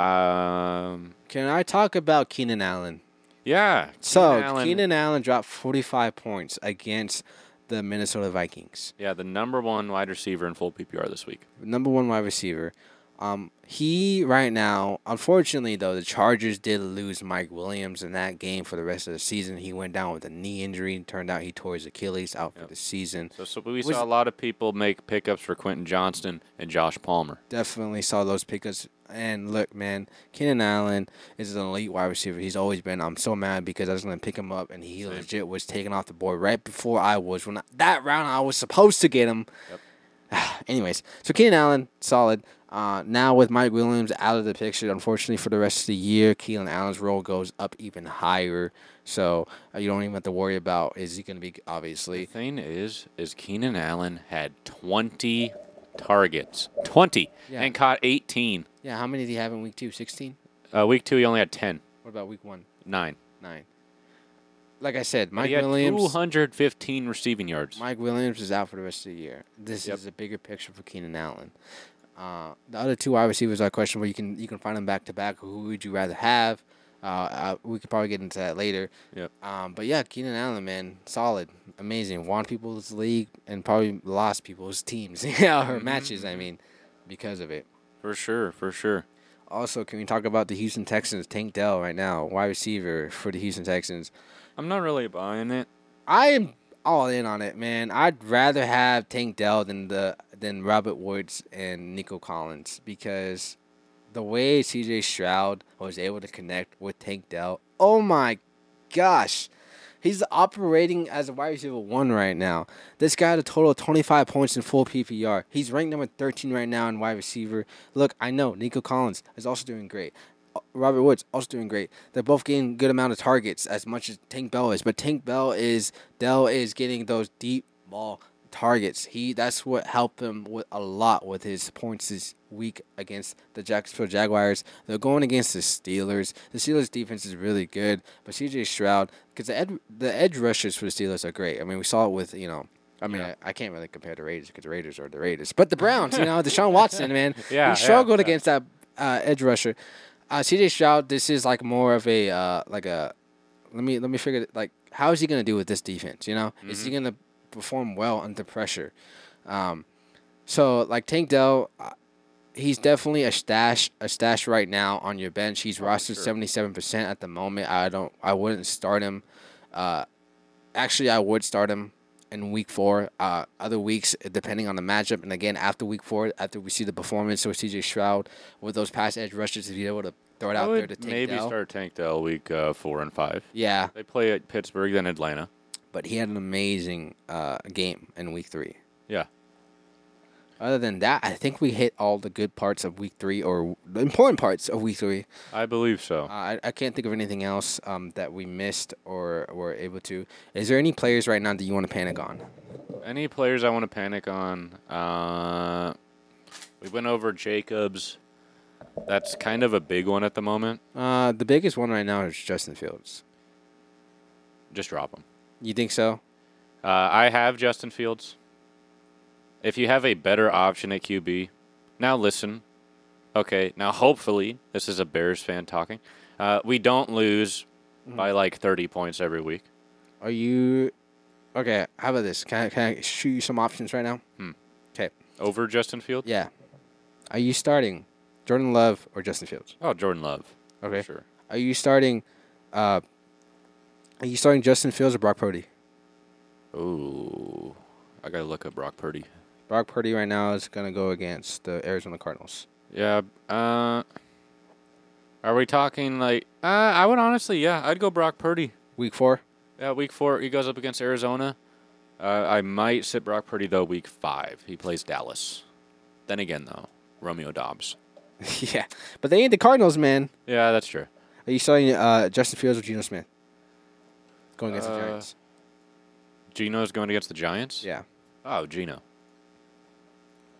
Um, Can I talk about Keenan Allen? yeah. So Keenan Allen- Keenan Allen dropped 45 points against the Minnesota Vikings, Yeah, the number one wide receiver in full PPR this week. number one wide receiver. Um, he right now, unfortunately though, the Chargers did lose Mike Williams in that game for the rest of the season. He went down with a knee injury. Turned out he tore his Achilles out for the season. So, so we Was- saw a lot of people make pickups for Quentin Johnston and Josh Palmer. definitely saw those pickups. And look, man, Keenan Allen is an elite wide receiver. He's always been. I'm so mad because I was gonna pick him up, and he legit was taken off the board right before I was. When I, that round, I was supposed to get him. Anyways, so Keenan Allen, solid. Uh, now with Mike Williams out of the picture, unfortunately for the rest of the year, Keenan Allen's role goes up even higher. So uh, you don't even have to worry about is he going to be The obviously thing is, is Keenan Allen had 20 targets, 20, Yeah. and caught 18. yeah. How many did he have in week two? Sixteen. Uh, week two, he only had 10, What about week one? nine. nine. Like I said, Mike he had Williams. 215 receiving yards. Mike Williams is out for the rest of the year. This Yep. is a bigger picture for Keenan Allen. Uh, the other two wide receivers are questionable. You can you can find them back to back. Who would you rather have? Uh, uh, we could probably get into that later. Yep. Um, but yeah, Keenan Allen, man, solid, amazing. Won people's league and probably lost people's teams, yeah, Mm-hmm, or matches. I mean, because of it. For sure, for sure. Also, can we talk about the Houston Texans? Tank Dell right now, wide receiver for the Houston Texans. I'm not really buying it. I am all in on it, man. I'd rather have Tank Dell than the than Robert Woods and Nico Collins because the way CJ Stroud was able to connect with Tank Dell, oh my gosh. He's operating as a wide receiver one right now. This guy had a total of 25 points in full PPR. He's ranked number 13 right now in wide receiver. Look, I know Nico Collins is also doing great. Robert Woods also doing great. They're both getting good amount of targets as much as Tank Bell is, but Tank Bell is Dell is getting those deep ball targets. He that's what helped him with a lot with his points this week against the Jacksonville Jaguars. They're going against the Steelers. The Steelers defense is really good, but CJ Stroud because the ed, the edge rushers for the Steelers are great. I mean, we saw it with you know. I mean, I, I can't really compare the Raiders because the Raiders are the Raiders, but the Browns, you know, Deshaun Watson, man, Yeah, yeah, he struggled yeah. against that uh, edge rusher. Uh, CJ Stroud, this is like more of a uh, like a let me let me figure it- like how is he gonna do with this defense? You know, is he Mm-hmm. gonna perform well under pressure? Um, so like Tank Dell, uh, he's definitely a stash a stash right now on your bench. He's Oh, rostered seventy seven percent at the moment. I don't I wouldn't start him. Uh, actually, I would start him in week four. Uh, other weeks depending on the matchup, and again after week four, after we see the performance with C.J. Stroud with those pass edge rushes, if you're able to throw it I out there to would Tank maybe Dell, start Tank Dell week uh, four and five. yeah. They play at Pittsburgh, then Atlanta. but he had an amazing uh, game in week three. Yeah. Other than that, I think we hit all the good parts of week three or the important parts of week three. I believe so. Uh, I, I can't think of anything else um, that we missed or were able to. Is there any players right now that you want to panic on? Any players I want to panic on? Uh, we went over Jacobs. That's kind of a big one at the moment. Uh, the biggest one right now is Justin Fields. Just drop him. You think so? Uh, I have Justin Fields. If you have a better option at QB, now listen. Okay, now hopefully this is a Bears fan talking. Uh, we don't lose Mm-hmm. by like 30 points every week. Are you okay? How about this? Can I, can I shoot you some options right now? Okay. Over Justin Fields? Yeah. Are you starting Jordan Love or Justin Fields? Oh, Jordan Love. for Okay. Sure. Are you starting? Uh, are you starting Justin Fields or Brock Purdy? Ooh. I got to look up Brock Purdy. Brock Purdy right now is gonna go against the Arizona Cardinals. Yeah. Uh, are we talking like. Uh, I would honestly, yeah, I'd go Brock Purdy. Week four. Yeah, week four, he goes up against Arizona. Uh, I might sit Brock Purdy, though, week five. He plays Dallas. Then again, though, Romeo Dobbs. yeah, but they ain't the Cardinals, man. Yeah, that's true. Are you starting uh, Justin Fields or Geno Smith? Going against Uh, the Giants. Geno's going against the Giants? Yeah. Oh, Geno.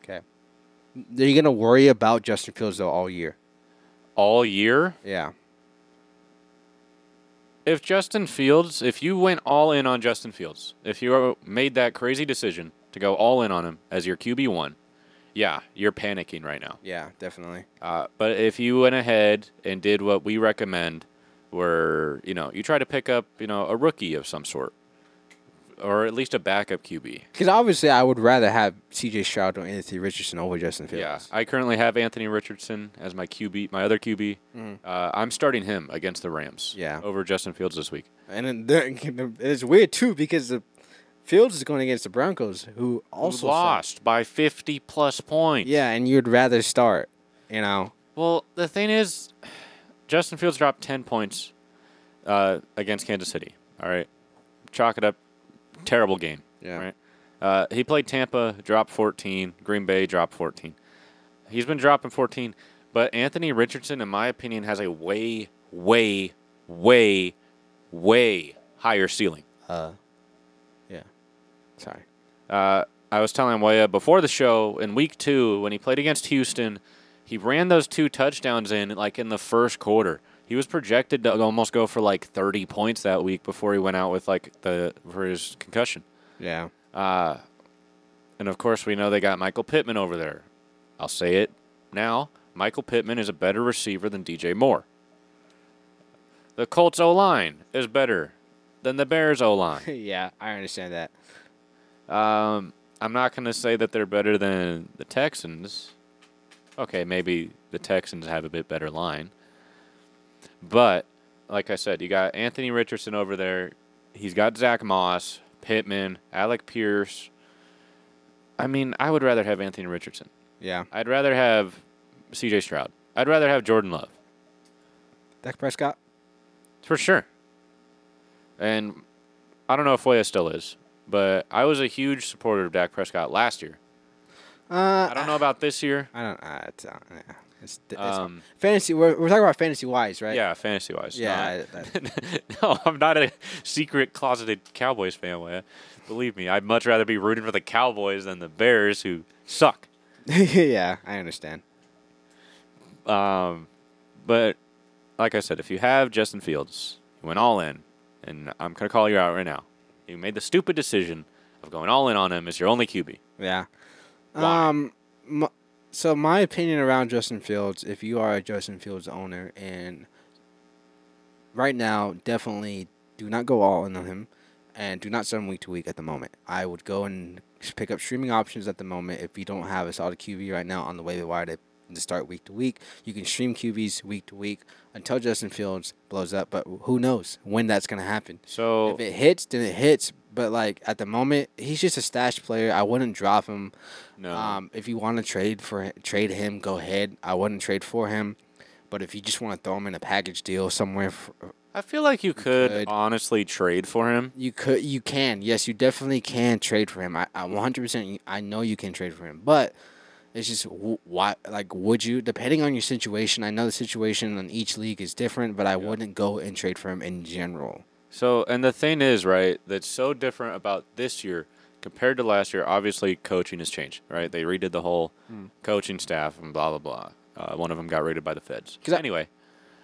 Okay. Are you gonna worry about Justin Fields though all year? All year? Yeah. If Justin Fields, if you went all in on Justin Fields, if you made that crazy decision to go all in on him as your QB1, yeah, you're panicking right now. Yeah, definitely. Uh, but if you went ahead and did what we recommend, where you know you try to pick up you know a rookie of some sort, or at least a backup QB. Because obviously, I would rather have C.J. Stroud or Anthony Richardson over Justin Fields. Yeah, I currently have Anthony Richardson as my QB, my other QB. Uh, I'm starting him against the Rams. Mm-hmm. Yeah. over Justin Fields this week. And then the- it's weird too because the Fields is going against the Broncos, who Also also lost by 50 plus points. Yeah, and you'd rather start, you know. Well, the thing is, Justin Fields dropped 10 points uh, against Kansas City. All right. Chalk it up. Terrible game. Yeah. Right. Uh, he played Tampa, dropped 14. Green Bay dropped 14. He's been dropping 14. But Anthony Richardson, in my opinion, has a way, way, way, way higher ceiling. Yeah. Sorry. Uh, I was telling Waya before the show in week two when he played against Houston, he ran those two touchdowns in like in the first quarter. He was projected to almost go for like 30 points that week before he went out with like the for his concussion. Yeah. And of course, we know they got Michael Pittman over there. I'll say it now. Michael Pittman is a better receiver than DJ Moore. The Colts O line is better than the Bears O line. yeah, I understand that. Um, I'm not gonna say that they're better than the Texans. Okay, maybe the Texans have a bit better line, but like I said, you got Anthony Richardson over there. He's got Zach Moss, Pittman, Alec Pierce. I mean, I would rather have Anthony Richardson. Yeah. I'd rather have C.J. Stroud. I'd rather have Jordan Love Dak Prescott? for sure. And I don't know if Weah still is, but I was a huge supporter of Dak Prescott last year. Uh, I don't know about this year. I don't. I don't yeah. It's, it's Um, fantasy. We're, we're talking about fantasy wise, right? Yeah, fantasy wise. Yeah. I- I- no, I'm not a secret closeted Cowboys fan. Leia. Believe me, I'd much rather be rooting for the Cowboys than the Bears, who suck. yeah, I understand. Um, but like I said, if you have Justin Fields, you went all in, and I'm gonna call you out right now. You made the stupid decision of going all in on him as your only QB. Yeah. Why? Um. m so my opinion around Justin Fields, if you are a Justin Fields owner, and right now definitely do not go all in on him, and do not sell him week to week at the moment. I would go and pick up streaming options at the moment if you don't have a solid QB right now on the waiver wire to, to start week to week. You can stream QBs week to week until Justin Fields blows up, but who knows when that's gonna happen. So If it hits, then it hits. But like at the moment, he's just a stash player. I wouldn't drop him. no, Um, if you want to trade for trade him, go ahead. I wouldn't trade for him. But if you just want to throw him in a package deal somewhere, f I feel like you could, could. honestly trade for him. you could, you can. Yes, you definitely can trade for him. I, I 100%. I know you can trade for him, but it's just wh- why. Like, would you? Depending on your situation, I know the situation on each league is different, but I wouldn't go and trade for him in general. So, and the thing is, right, that's so different about this year compared to last year. Obviously, coaching has changed, right? They redid the whole Hmm. coaching staff and blah, blah, blah. Uh, one of them got raided by the feds. 'Cause I- anyway,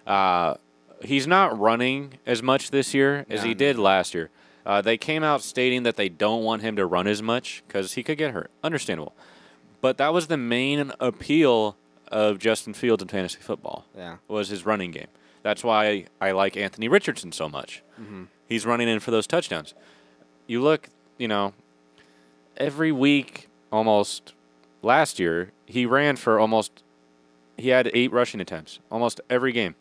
uh, he's not running as much this year as No, he no. did last year. Uh, they came out stating that they don't want him to run as much because he could get hurt. Understandable. But that was the main appeal of Justin Fields in fantasy football Yeah. was his running game. That's why I like Anthony Richardson so much. Mm-hmm. He's running in for those touchdowns. You look, you know, every week almost last year, he ran for almost, he had eight rushing attempts almost every game.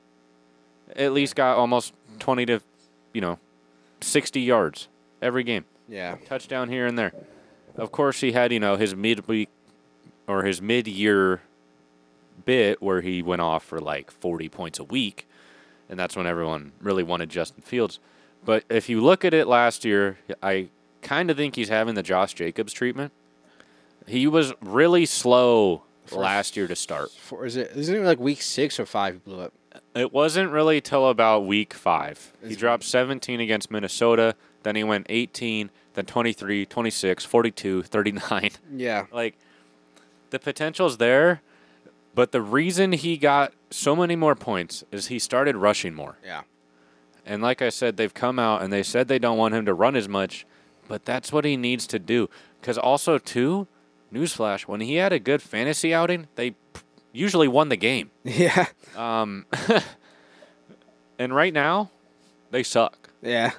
At least got almost 20 to, you know, 60 yards every game Yeah. touchdown here and there. Of course, he had you know his midweek or his mid-year bit where he went off for like 40 points a week, and that's when everyone really wanted Justin Fields. But if you look at it last year, I kind of think he's having the Josh Jacobs treatment. He was really slow last year to start. For, is it? Isn't it like week six or five? He blew up. It wasn't really till about week five. He dropped 17 against Minnesota, then he went 18, then 23, 26, 42, 39. Yeah. Like the potential's there, but the reason he got so many more points is he started rushing more. Yeah. And like I said, they've come out and they said they don't want him to run as much, but that's what he needs to do. Because also, too, newsflash, when he had a good fantasy outing, they p- usually won the game. Yeah. And right now, they suck. Yeah.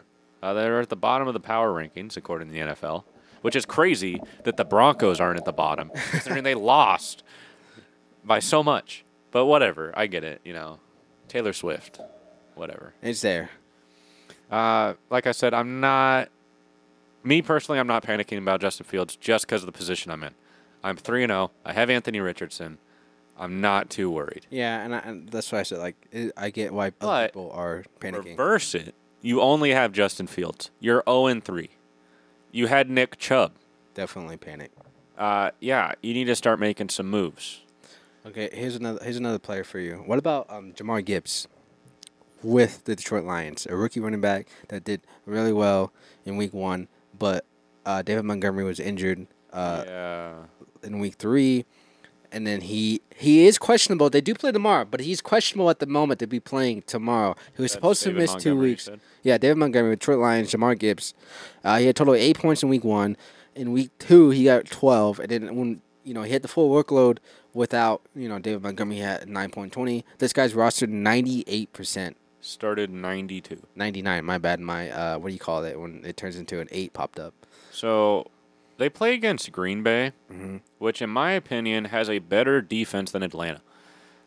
Uh, they're at the bottom of the power rankings, according to the NFL, which is crazy that the Broncos aren't at the bottom, considering they lost by so much. But whatever, I get it. You know, Taylor Swift, whatever. It's there. Uh, like I said, I'm not. Me personally, I'm not panicking about Justin Fields just because of the position I'm in. I'm three and zero. I have Anthony Richardson. I'm not too worried. Yeah, and, I, and that's why I said like it, I get why other But- people are panicking. Reverse it. You only have Justin Fields. You're zero and three. You had Nick Chubb. Definitely panic. uh, yeah, you need to start making some moves. Okay, here's another here's another player for you. What about um, Jamar Gibbs with the Detroit Lions, a rookie running back that did really well in Week One, but uh, David Montgomery was injured uh, yeah. in Week Three, and then he he is questionable. They do play tomorrow, but he's questionable at the moment to be playing tomorrow. He was supposed to David miss two Montgomery, you weeks. said? Yeah, David Montgomery, Detroit Lions, Jamar Gibbs. Uh, he had a total of eight points in week one. In week two, he got twelve, and then when you know he had the full workload without you know David Montgomery he had nine point twenty. This guy's rostered ninety eight percent, Started 92. ninety nine. My bad. My uh, what do you call it when it turns into an eight popped up? So they play against Green Bay, Mm-hmm. which, in my opinion, has a better defense than Atlanta.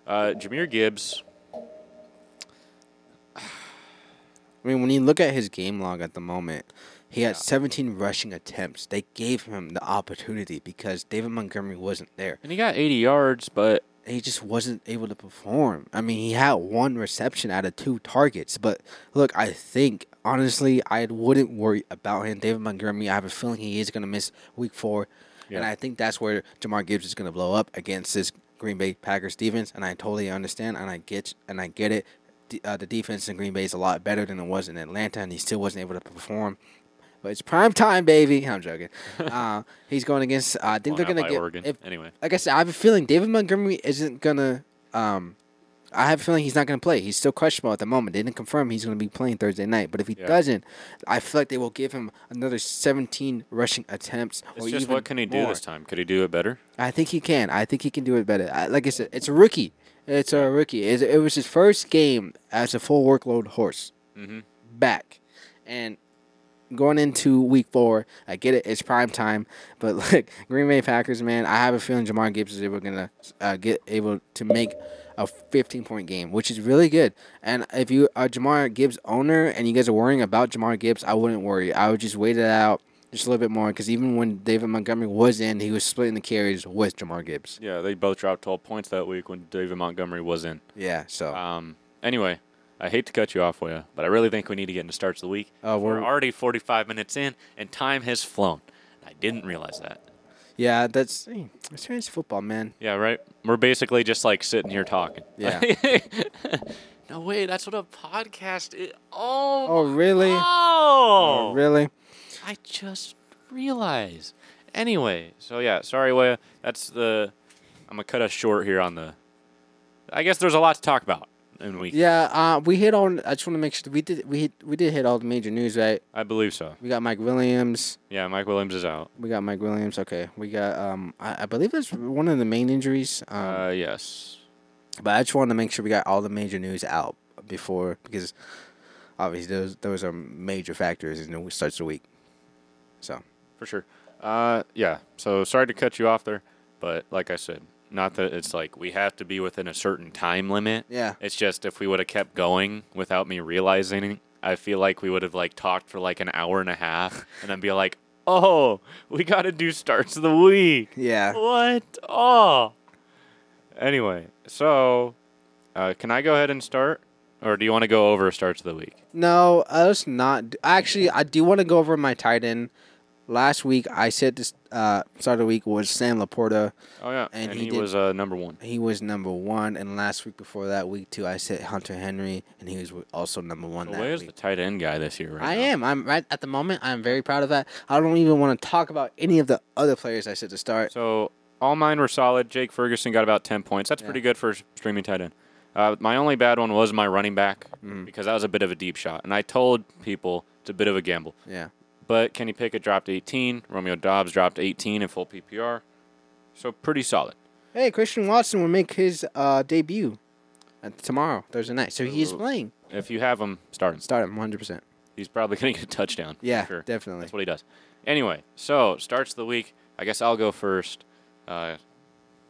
Uh, Jameer Gibbs, I mean, when you look at his game log at the moment, he had 17 rushing attempts. They gave him the opportunity because David Montgomery wasn't there. and he got 80 yards, but he just wasn't able to perform. I mean, he had one reception out of two targets, but look, I think honestly, I wouldn't worry about him. David Montgomery, I have a feeling he is going to miss Week Four, and Yeah. I think that's where Jamar Gibbs is going to blow up against this Green Bay Packers defense, and I totally understand and I get and I get it. D- uh, the defense in Green Bay is a lot better than it was in Atlanta, and he still wasn't able to perform. But it's prime time, baby. I'm joking. uh, he's going against. I Blown think they're out gonna by get. Oregon. If, anyway, like I said, I have a feeling David Montgomery isn't gonna. Um, I have a feeling he's not gonna play. He's still questionable at the moment. They didn't confirm he's gonna be playing Thursday night. But if he Yeah. doesn't, I feel like they will give him another 17 rushing attempts. it's or just even what can he do more. this time? Could he do it better? I think he can. I think he can do it better. I, like I said, it's a rookie. It's a rookie. It's, it was his first game as a full workload horse Mhm. back, and going into week four, I get it. It's prime time, but like Green Bay Packers, man, I have a feeling Jamar Gibbs is able gonna uh, get able to make a 15 point game, which is really good. And if you are Jamar Gibbs owner and you guys are worrying about Jamar Gibbs, I wouldn't worry. I would just wait it out just a little bit more because even when David Montgomery was in, he was splitting the carries with Jamar Gibbs. Yeah, they both dropped 12 points that week when David Montgomery was in. Yeah, so Um, anyway, I hate to cut you off, Waya, but I really think we need to get into starts of the week. Uh, we're, we're- already 45 minutes in, and time has flown. I didn't realize that. yeah, that's hey, it's fantasy football, man. Yeah, right. We're basically just like sitting here talking. Yeah. no way. That's what a podcast is. Oh. Oh really? Oh. Oh really? I just realized. Anyway, so yeah, sorry, Waya. That's the. I'm gonna cut us short here on the. I guess there's a lot to talk about in week. Yeah, uh, we hit on. I just want to make sure we did we hit we did hit all the major news, right? I believe so. We got Mike Williams. Yeah, Mike Williams is out. We got Mike Williams. Okay, we got. Um, I, I believe that's one of the main injuries. Um, Uh, yes. but I just wanted to make sure we got all the major news out before because obviously those those are major factors in the starts of the week. So for sure. Uh, yeah. So sorry to cut you off there, but like I said, not that it's like we have to be within a certain time limit. Yeah. It's just if we would have kept going without me realizing, it, I feel like we would have like talked for like an hour and a half, and then be like, "Oh, we got to do starts of the week." yeah, What? Oh. Anyway, so uh, can I go ahead and start, or do you want to go over starts of the week? No, uh, let's not. d- Actually, I do want to go over my tight end. Last week, I said this uh, start of the week was Sam Laporta. Oh yeah, And and, he he, did- was uh, number one. He was number one, and last week before that, week two, I said Hunter Henry, and he was w- also number one Well, that where's week. the tight end guy this year? Right I now? am. I'm right at the moment. I'm very proud of that. I don't even want to talk about any of the other players I said to start. So all mine were solid. Jake Ferguson got about ten points. That's pretty good for a streaming tight end. Uh, my only bad one was my running back because that was a bit of a deep shot, and I told people it's a bit of a gamble. Yeah, But Kenny Pickett dropped 18. Romeo Dobbs dropped 18 in full PPR, so pretty solid. Hey, Christian Watson will make his uh, debut uh, tomorrow, Thursday night. So he is Ooh. playing. If you have him, start him. Start him 100%. He's probably going to get a touchdown. for Yeah, sure. definitely. That's what he does. Anyway, so starts the week. I guess I'll go first. Uh,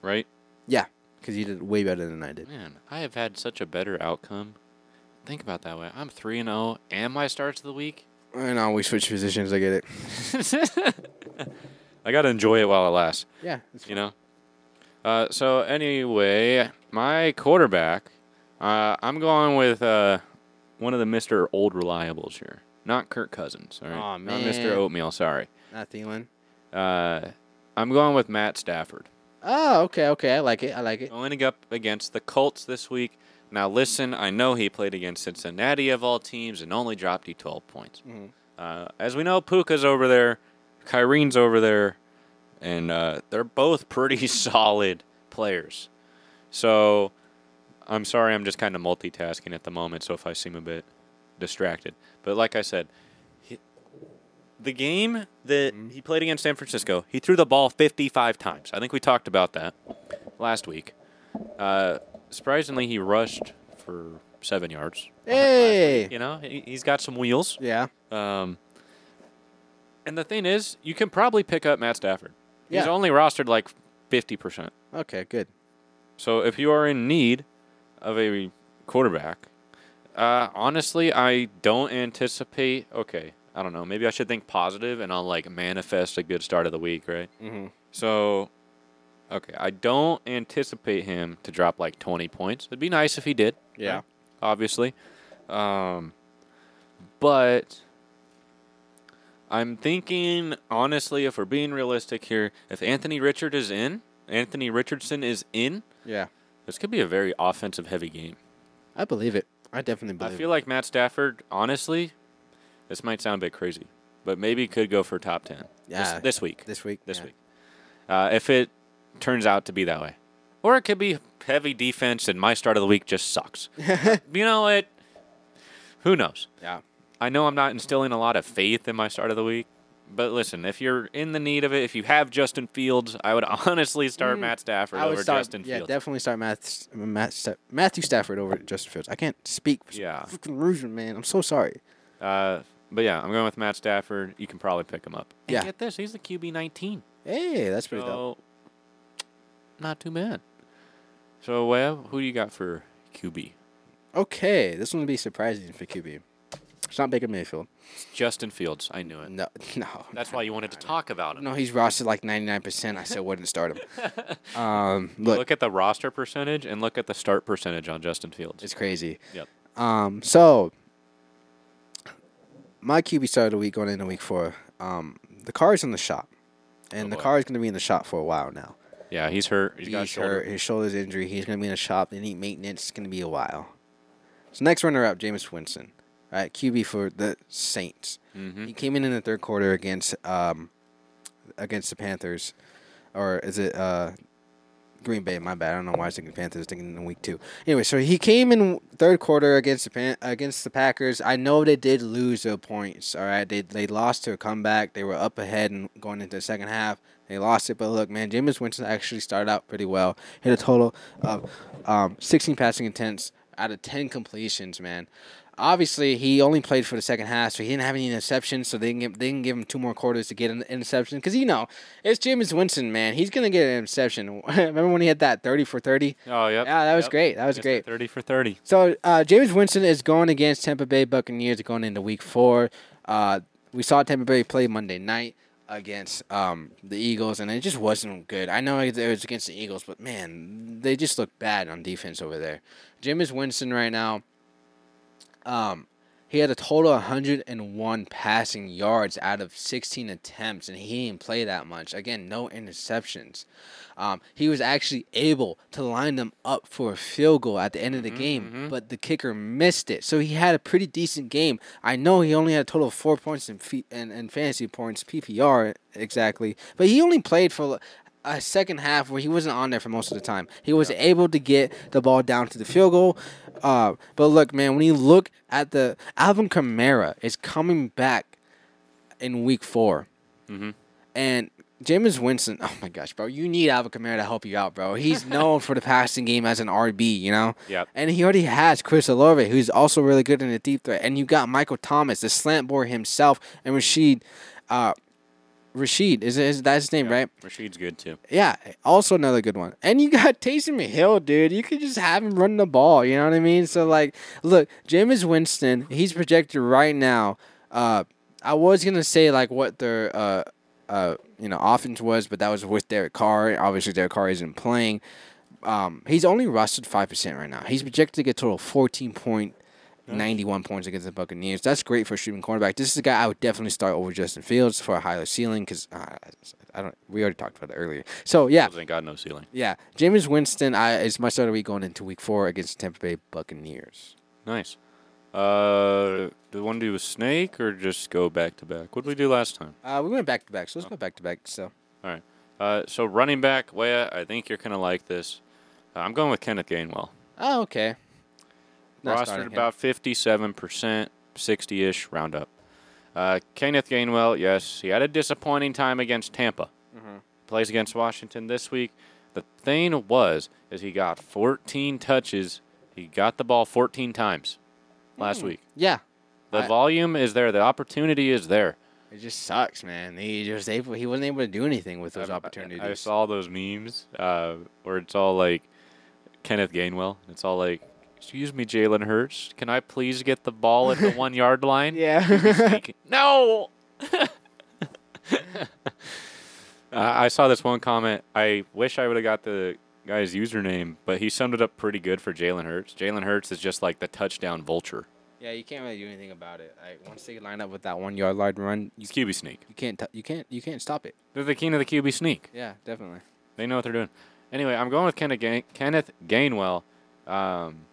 right? Yeah, because you did way better than I did. Man, I have had such a better outcome. Think about that way. I'm three and zero, and my starts of the week. I know we switch positions. I get it. I gotta enjoy it while it lasts, Yeah, you know. Uh, so anyway, my quarterback, uh, I'm going with uh, one of the Mister Old Reliables here, not Kirk Cousins. All right, Aw, not Mister man. Oatmeal. Sorry. not Thielen. Uh, I'm going with Matt Stafford. Oh, okay, okay. I like it. I like it. Going up against the Colts this week. Now, listen, I know he played against Cincinnati of all teams and only dropped you 12 points. Uh, as we know, Puka's over there, Kyrie's over there, and uh, they're both pretty solid players. So, I'm sorry, I'm just kind of multitasking at the moment, so if I seem a bit distracted. But like I said, he, the game that he played against San Francisco, he threw the ball 55 times. I think we talked about that last week. Uh, surprisingly, he rushed for seven yards. Hey. You know, he, he's got some wheels. Yeah. Um, and the thing is, you can probably pick up Matt Stafford. He's Yeah. only rostered like 50%. Okay. Good. So if you are in need of a quarterback, uh, honestly, I don't anticipate. Okay, I don't know. Maybe I should think positive and I'll like manifest a good start of the week, right? Mm-hmm. So, okay, I don't anticipate him to drop like 20 points. It'd be nice if he did. Yeah. right? Obviously. Um, but I'm thinking, honestly, if we're being realistic here, if Anthony Richard is in Anthony Richardson is in, Yeah. this could be a very offensive heavy game. I believe it. I definitely I believe feel like Matt Stafford, honestly, this might sound a bit crazy, but maybe could go for top 10 Yeah. this, this week. This week. This yeah. week. Uh, if it turns out to be that way. Or it could be heavy defense and my start of the week just sucks. you know what? Who knows? Yeah. I know I'm not instilling a lot of faith in my start of the week, but listen, if you're in the need of it, if you have Justin Fields, I would honestly start Matt Stafford Mm. I would over start- Justin yeah, Fields. definitely start Matt, Matt, Sta- Matthew Stafford over Justin Fields. I can't speak for Yeah. yeah. freaking reason, man. I'm so sorry. uh, but yeah, I'm going with Matt Stafford. You can probably pick him up. And Yeah. get this, he's the QB 19. Hey, that's pretty dope. So, not too bad. So, Webb, who do you got for QB? Okay, this one will be surprising for QB. It's not Baker Mayfield. Justin Fields. I knew it. No, no. That's why you wanted to talk about him. No, he's rostered like 99%. I still wouldn't start him. Um, look, Look at the roster percentage and look at the start percentage on Justin Fields. it's crazy. Yep. Um, so, my QB start of the week going into week four. Um, the car is in the shop, and Oh, the boy. car is going to be in the shop for a while now. Yeah, he's hurt. He's got a He's shoulder. hurt. His shoulder's injury. He's going to be in the shop. They need maintenance. It's going to be a while. So next runner up, Jameis Winston, all right, QB for the Saints. Mm-hmm. He came in in the third quarter against um, against the Panthers, or is it uh, Green Bay? My bad. I don't know why I was thinking Panthers. Thinking in week two. Anyway, so he came in third quarter against the Pan- against the Packers. I know they did lose their points. All right, they they lost to a comeback. They were up ahead and going into the second half. They lost it, but look, man, Jameis Winston actually started out pretty well. Hit a total of um, 16 passing intents out of 10 completions, man. Obviously, he only played for the second half, so he didn't have any interceptions. So they didn't give, they didn't give him two more quarters to get an interception because you know it's Jameis Winston, man. He's gonna get an interception. Remember when he had that 30 for 30? Oh, yep. Yeah, that was yep. great. That was Mr. great. 30 for 30. So uh, James Winston is going against Tampa Bay Buccaneers going into Week Four. Uh, we saw Tampa Bay play Monday night against um, the Eagles, and it just wasn't good. I know it was against the Eagles, but man, they just look bad on defense over there. James Winston right now, um, he had a total of 101 passing yards out of 16 attempts, and he didn't play that much. Again, no interceptions. Um, he was actually able to line them up for a field goal at the end of the game, but the kicker missed it. So he had a pretty decent game. I know he only had a total of four points in, fe- in, in fantasy points, PPR exactly, but he only played for a second half where he wasn't on there for most of the time. He was able to get the ball down to the field goal. Uh, but look, man, when you look at the Alvin Kamara is coming back in week 4 and Jameis Winston, oh my gosh, bro, you need Alvin Kamara to help you out, bro. He's known for the passing game as an RB, you know? Yep. And he already has Chris Olave, who's also really good in the deep threat. And you got Michael Thomas, the slant boy himself, and Rashid. Uh, Rashid, is, is that his name, right? Rashid's good, too. Yeah, also another good one. And you got Taysom Hill, dude. You could just have him running the ball. You know what I mean? So like, look, Jameis Winston, he's projected right now. Uh, I was gonna say like what their uh, uh, you know offense was, but that was with Derek Carr. Obviously, Derek Carr isn't playing. Um, he's only rusted five percent right now. He's projected to get a total of fourteen point ninety one points against the Buccaneers. That's great for a streaming cornerback. This is a guy I would definitely start over Justin Fields for a higher ceiling because uh, I don't. We already talked about it earlier. So yeah, Fields ain't got no ceiling. yeah. Jameis Winston I, is my start of the week going into Week Four against the Tampa Bay Buccaneers. Nice. Uh, do we want to do a snake or just go back to back? What did we do last time? Uh, we went back to back, so let's go back to back. So All right. Uh, so running back, Wea, I think you're gonna like this. Uh, I'm going with Kenneth Gainwell. oh okay. Not Rostered starting him. about 57 percent, 60ish, round up. Uh, Kenneth Gainwell, yes, he had a disappointing time against Tampa. Mm-hmm. Plays against Washington this week. The thing was, is he got 14 touches. He got the ball 14 times last week. Yeah, The Hmm. I- volume is there. The opportunity is there. it just sucks, man. He just able, he wasn't able to do anything with those I- I- opportunities. I saw those memes uh, where it's all like Kenneth Gainwell. It's all like, "Excuse me, Jalen Hurts, can I please get the ball at the one yard line?" yeah. Sneaky- no. I I saw this one comment. I wish I would have got the guy's username, but he summed it up pretty good for Jalen Hurts. Jalen Hurts is just like the touchdown vulture. yeah, you can't really do anything about it. Like once they line up with that one yard line run, you He's QB sneak. you can't t- you can't you can't stop it. They're the king of the QB sneak. Yeah, definitely. They know what they're doing. Anyway, I'm going with Kenneth, Gain- Kenneth Gainwell. Um,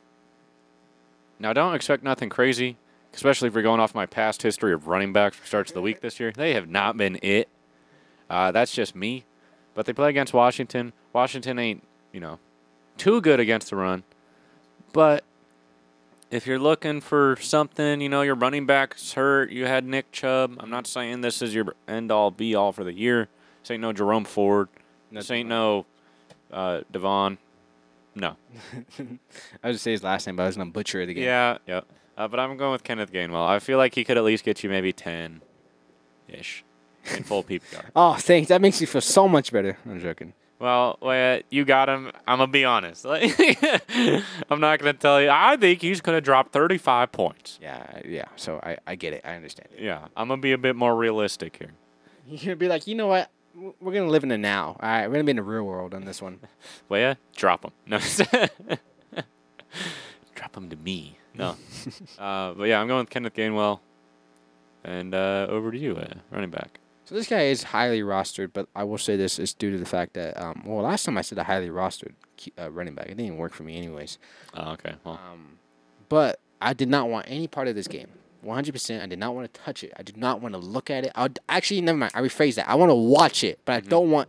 now, don't expect nothing crazy, especially if you're going off my past history of running backs for starts of the week this year. They have not been it. Uh, that's just me. But they play against Washington. Washington ain't, you know, too good against the run. But if you're looking for something, you know, your running back's hurt. You had Nick Chubb. I'm not saying this is your end all be all for the year. This ain't no Jerome Ford. This ain't no uh, Devon. No. I was just say his last name, but I was gonna butcher it again. Yeah. Yep. Uh, but I'm going with Kenneth Gainwell. I feel like he could at least get you maybe 10 ish in full PPR. Oh, thanks. That makes me feel so much better. I'm joking. Well, wait, you got him. I'm gonna be honest. Like, I'm not gonna tell you. I think he's gonna drop 35 points. Yeah, yeah. So I, I get it. I understand. it. Yeah, I'm gonna be a bit more realistic here. You're gonna be like, you know what? W- We're gonna live in the now. All right, we're gonna be in the real world on this one. Well, yeah, drop him. No, drop him to me. No, uh, but yeah, I'm going with Kenneth Gainwell, and uh, over to you, uh, running back. So this guy is highly rostered, but I will say this is due to the fact that, um, well, last time I said a highly rostered ke- uh, running back, it didn't even work for me, anyways. Oh, okay, well, Um, but I did not want any part of this game. 100%. I did not want to touch it. I did not want to look at it. I would- actually never mind. I rephrase that. I want to watch it, but I don't want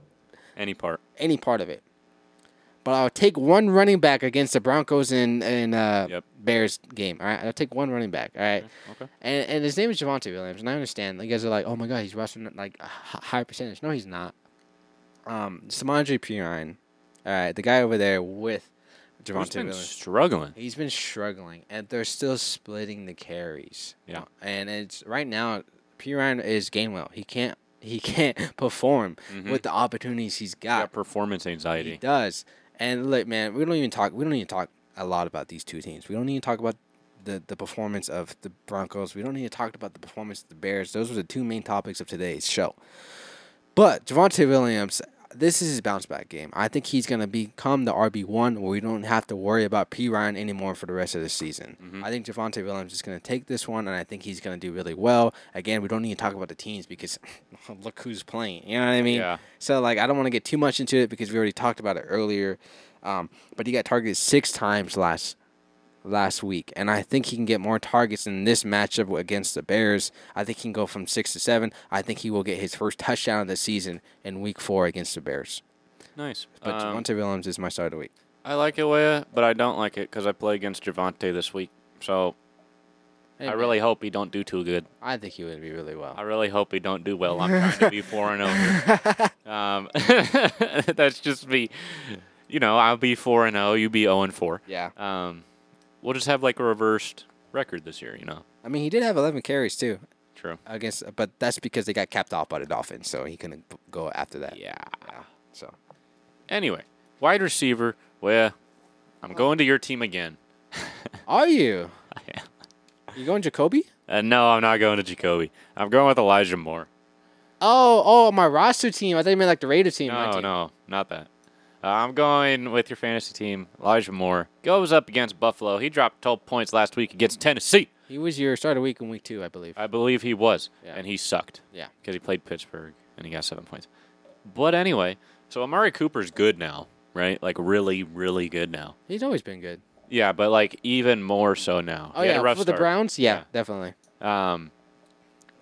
any part. any part of it. But I'll take one running back against the Broncos and and uh, Yep. Bears game. All right, I'll take one running back. All right, Okay. and and his name is Javante Williams, and I understand. Like, you guys are like, oh my god, he's rushing like a h- high percentage. No, he's not. Um, Samandre Perine, all right, the guy over there with He's Javante been Williams. struggling. He's been struggling, and they're still splitting the carries. Yeah. and it's right now. P Ryan is Gainwell. He can't. He can't perform with the opportunities he's Yeah, got. performance he anxiety. does. And look, man, we don't even talk. We don't even talk a lot about these two teams. We don't even talk about the the performance of the Broncos. We don't need to talk about the performance of the Bears. Those were the two main topics of today's show. But Javante Williams, this is his bounce back game. I think he's going to become the RB1 where we don't have to worry about P. Ryan anymore for the rest of the season. I think Javante Williams is going to take this one, and I think he's going to do really well. Again, we don't need to talk about the teams because look who's playing. You know what I mean? Yeah. So, like, I don't want to get too much into it because we already talked about it earlier. Um, but he got targeted six times last last week, and I think he can get more targets in this matchup against the Bears. I think he can go from six to seven. I think he will get his first touchdown of the season in Week Four against the Bears. Nice. But Um, Javante Williams is my start of the week. I like it, Wea, but I don't like it because I play against Javante this week. So I really hope he don't do too good. I think he would be really I well. really hope he don't do well. I'm trying to be four and over. Um, that's just me. You know, I'll be four and zero. You be zero and four. Yeah, Um, we'll just have like a reversed record this year. You know. I mean he did have 11 carries too True. against, but that's because they got capped off by the Dolphins, so he couldn't p- go after that. Yeah. So Anyway, wide receiver. Well, I'm going to your team again. are you? You going Jacoby? Uh, no, I'm not going to Jacoby. I'm going with Elijah Moore. Oh, oh, my roster team. I thought you meant like the Raider team. my No, team. no, not that. Uh, I'm going with your fantasy team. Elijah Moore goes up against Buffalo. He dropped 12 points last week against Tennessee. He was your start of week in week two, I believe. I believe he was, Yeah. and he sucked. Yeah. because he played Pittsburgh and he got seven points. But anyway, so Amari Cooper's good now, right? Like really, really good now. He's always been good. Yeah, but like even more so now. Oh He had yeah, a rough for the start. Browns, yeah, Yeah. definitely. Um,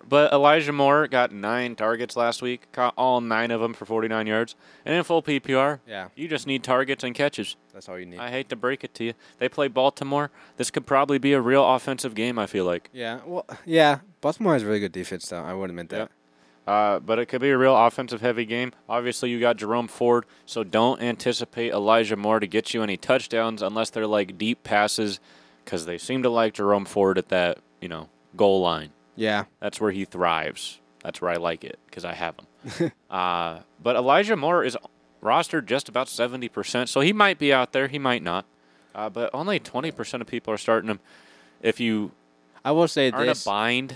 but Elijah Moore got nine targets last week, caught all nine of them for 49 yards, and in full PPR. Yeah. you just need targets and catches. That's all you need. I hate to break it to you. They play Baltimore. This could probably be a real offensive game, I feel like. yeah, well, yeah. Baltimore has really good defense, though. I would have meant that. Yep. Uh, but it could be a real offensive heavy game. Obviously, you got Jerome Ford, so don't anticipate Elijah Moore to get you any touchdowns unless they're like deep passes because they seem to like Jerome Ford at that, you know, goal line. Yeah, That's where he thrives. That's where I like it because I have him. uh, but Elijah Moore is rostered just about 70%, so he might be out there. He might not. Uh, but only 20% of people are starting him. If you I will say aren't this. a bind,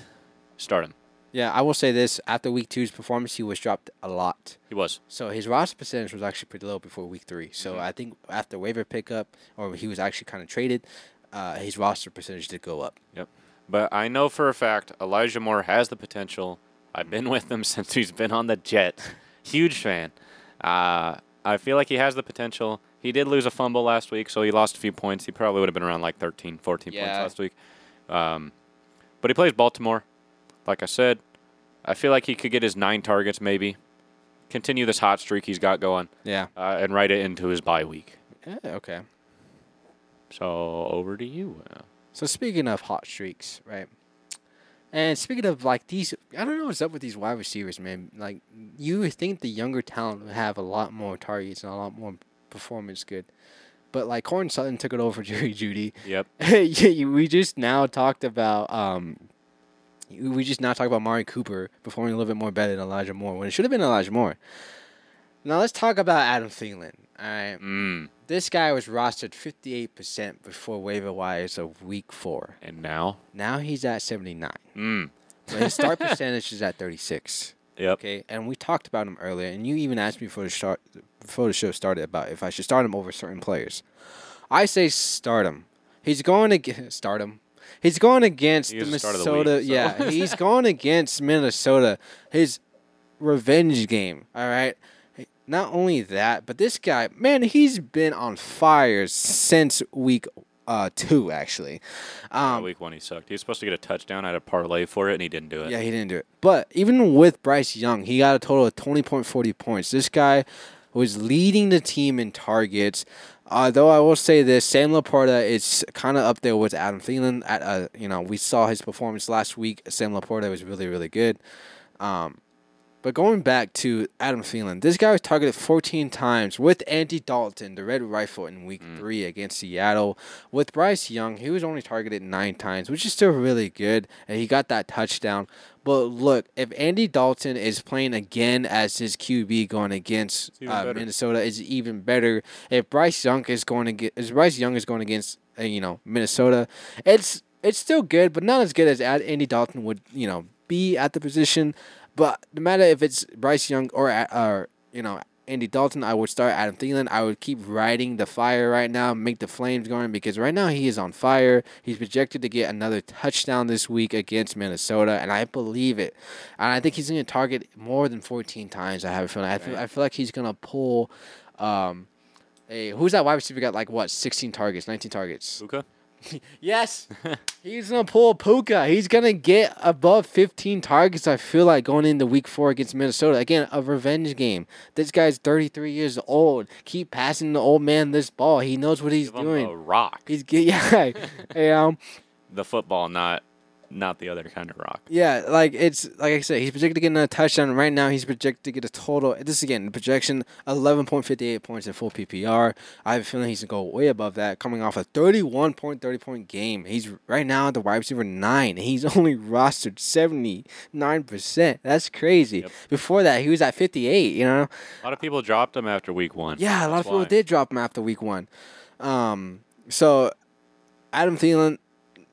start him. Yeah, I will say this. After week two's performance, he was dropped a lot. He was. So his roster percentage was actually pretty low before week three. So I think after waiver pickup, or he was actually kind of traded, uh, his roster percentage did go up. Yep. But I know for a fact Elijah Moore has the potential. I've been with him since he's been on the Jets. Huge fan. Uh, I feel like he has the potential. He did lose a fumble last week, so he lost a few points. He probably would have been around like 13, 14 points Yeah. last week. Um, but he plays Baltimore. Like I said, I feel like he could get his nine targets maybe, continue this hot streak he's got going, Yeah. uh, and ride it into his bye week. Yeah, okay. So over to you. Uh, So speaking of hot streaks, right? And speaking of like these, I don't know what's up with these wide receivers, man. Like you would think the younger talent would have a lot more targets and a lot more performance good, but like Corn Sutton took it over Jerry Judy. Yep. Yeah, we just now talked about um, we just now talked about Mari Cooper performing a little bit more better than Elijah Moore when it should have been Elijah Moore. Now let's talk about Adam Thielen. All right. Mm. This guy was rostered 58% before waiver wires of week four. And now. Now he's at 79. Mm. But his start percentage is at 36. Yep. Okay. And we talked about him earlier, and you even asked me before the, start, before the show started about if I should start him over certain players. I say start him. He's going to start him. He's going against He the is the start of the Minnesota. week, so. Yeah, he's going against Minnesota. His revenge game. All right. Not only that, but this guy, man, he's been on fire since week uh, two, actually. Um, week one he sucked. He was supposed to get a touchdown. I had a parlay for it, and he didn't do it. Yeah, he didn't do it. But even with Bryce Young, he got a total of 20.40 points. This guy was leading the team in targets. Uh, though I will say this, Sam Laporta is kind of up there with Adam Thielen. At uh, you know, we saw his performance last week. Sam Laporta was really, really good. Um, but going back to Adam Thielen, this guy was targeted 14 times with Andy Dalton, the Red Rifle, in Week Mm. Three against Seattle. With Bryce Young, he was only targeted nine times, which is still really good, and he got that touchdown. But look, if Andy Dalton is playing again as his QB going against even uh, better. Minnesota, is even better. If Bryce Young is going to get, if Bryce Young is going against uh, you know Minnesota, it's it's still good, but not as good as Ad- Andy Dalton would you know be at the position. But no matter if it's Bryce Young or uh, or you know Andy Dalton, I would start Adam Thielen. I would keep riding the fire right now, make the flames going because right now he is on fire. He's projected to get another touchdown this week against Minnesota, and I believe it. And I think he's going to target more than 14 times. I have a feeling. I feel, I feel like he's going to pull. Um, a, who's that wide receiver got like what 16 targets, 19 targets? Luka? Yes. He's gonna pull Puka. He's gonna get above 15 targets. I feel like going into Week Four against Minnesota again, a revenge game. This guy's 33 years old. Keep passing the old man this ball. He knows what he's Give him a doing. rock. He's get yeah, yeah, um, The football, not not the other kind of rock. yeah. Like it's like I said, he's projected to get another touchdown. Right now, he's projected to get a total. This is again projection 11.58 points in full PPR. I have a feeling he's gonna go way above that. Coming off a 31 point 30 point game, he's right now at the wide receiver nine. He's only rostered 79 percent. That's crazy. Yep. Before that, he was at 58. You know, A lot of people dropped him after week one. yeah, a lot of That's people why. did drop him after week one. Um, so Adam Thielen,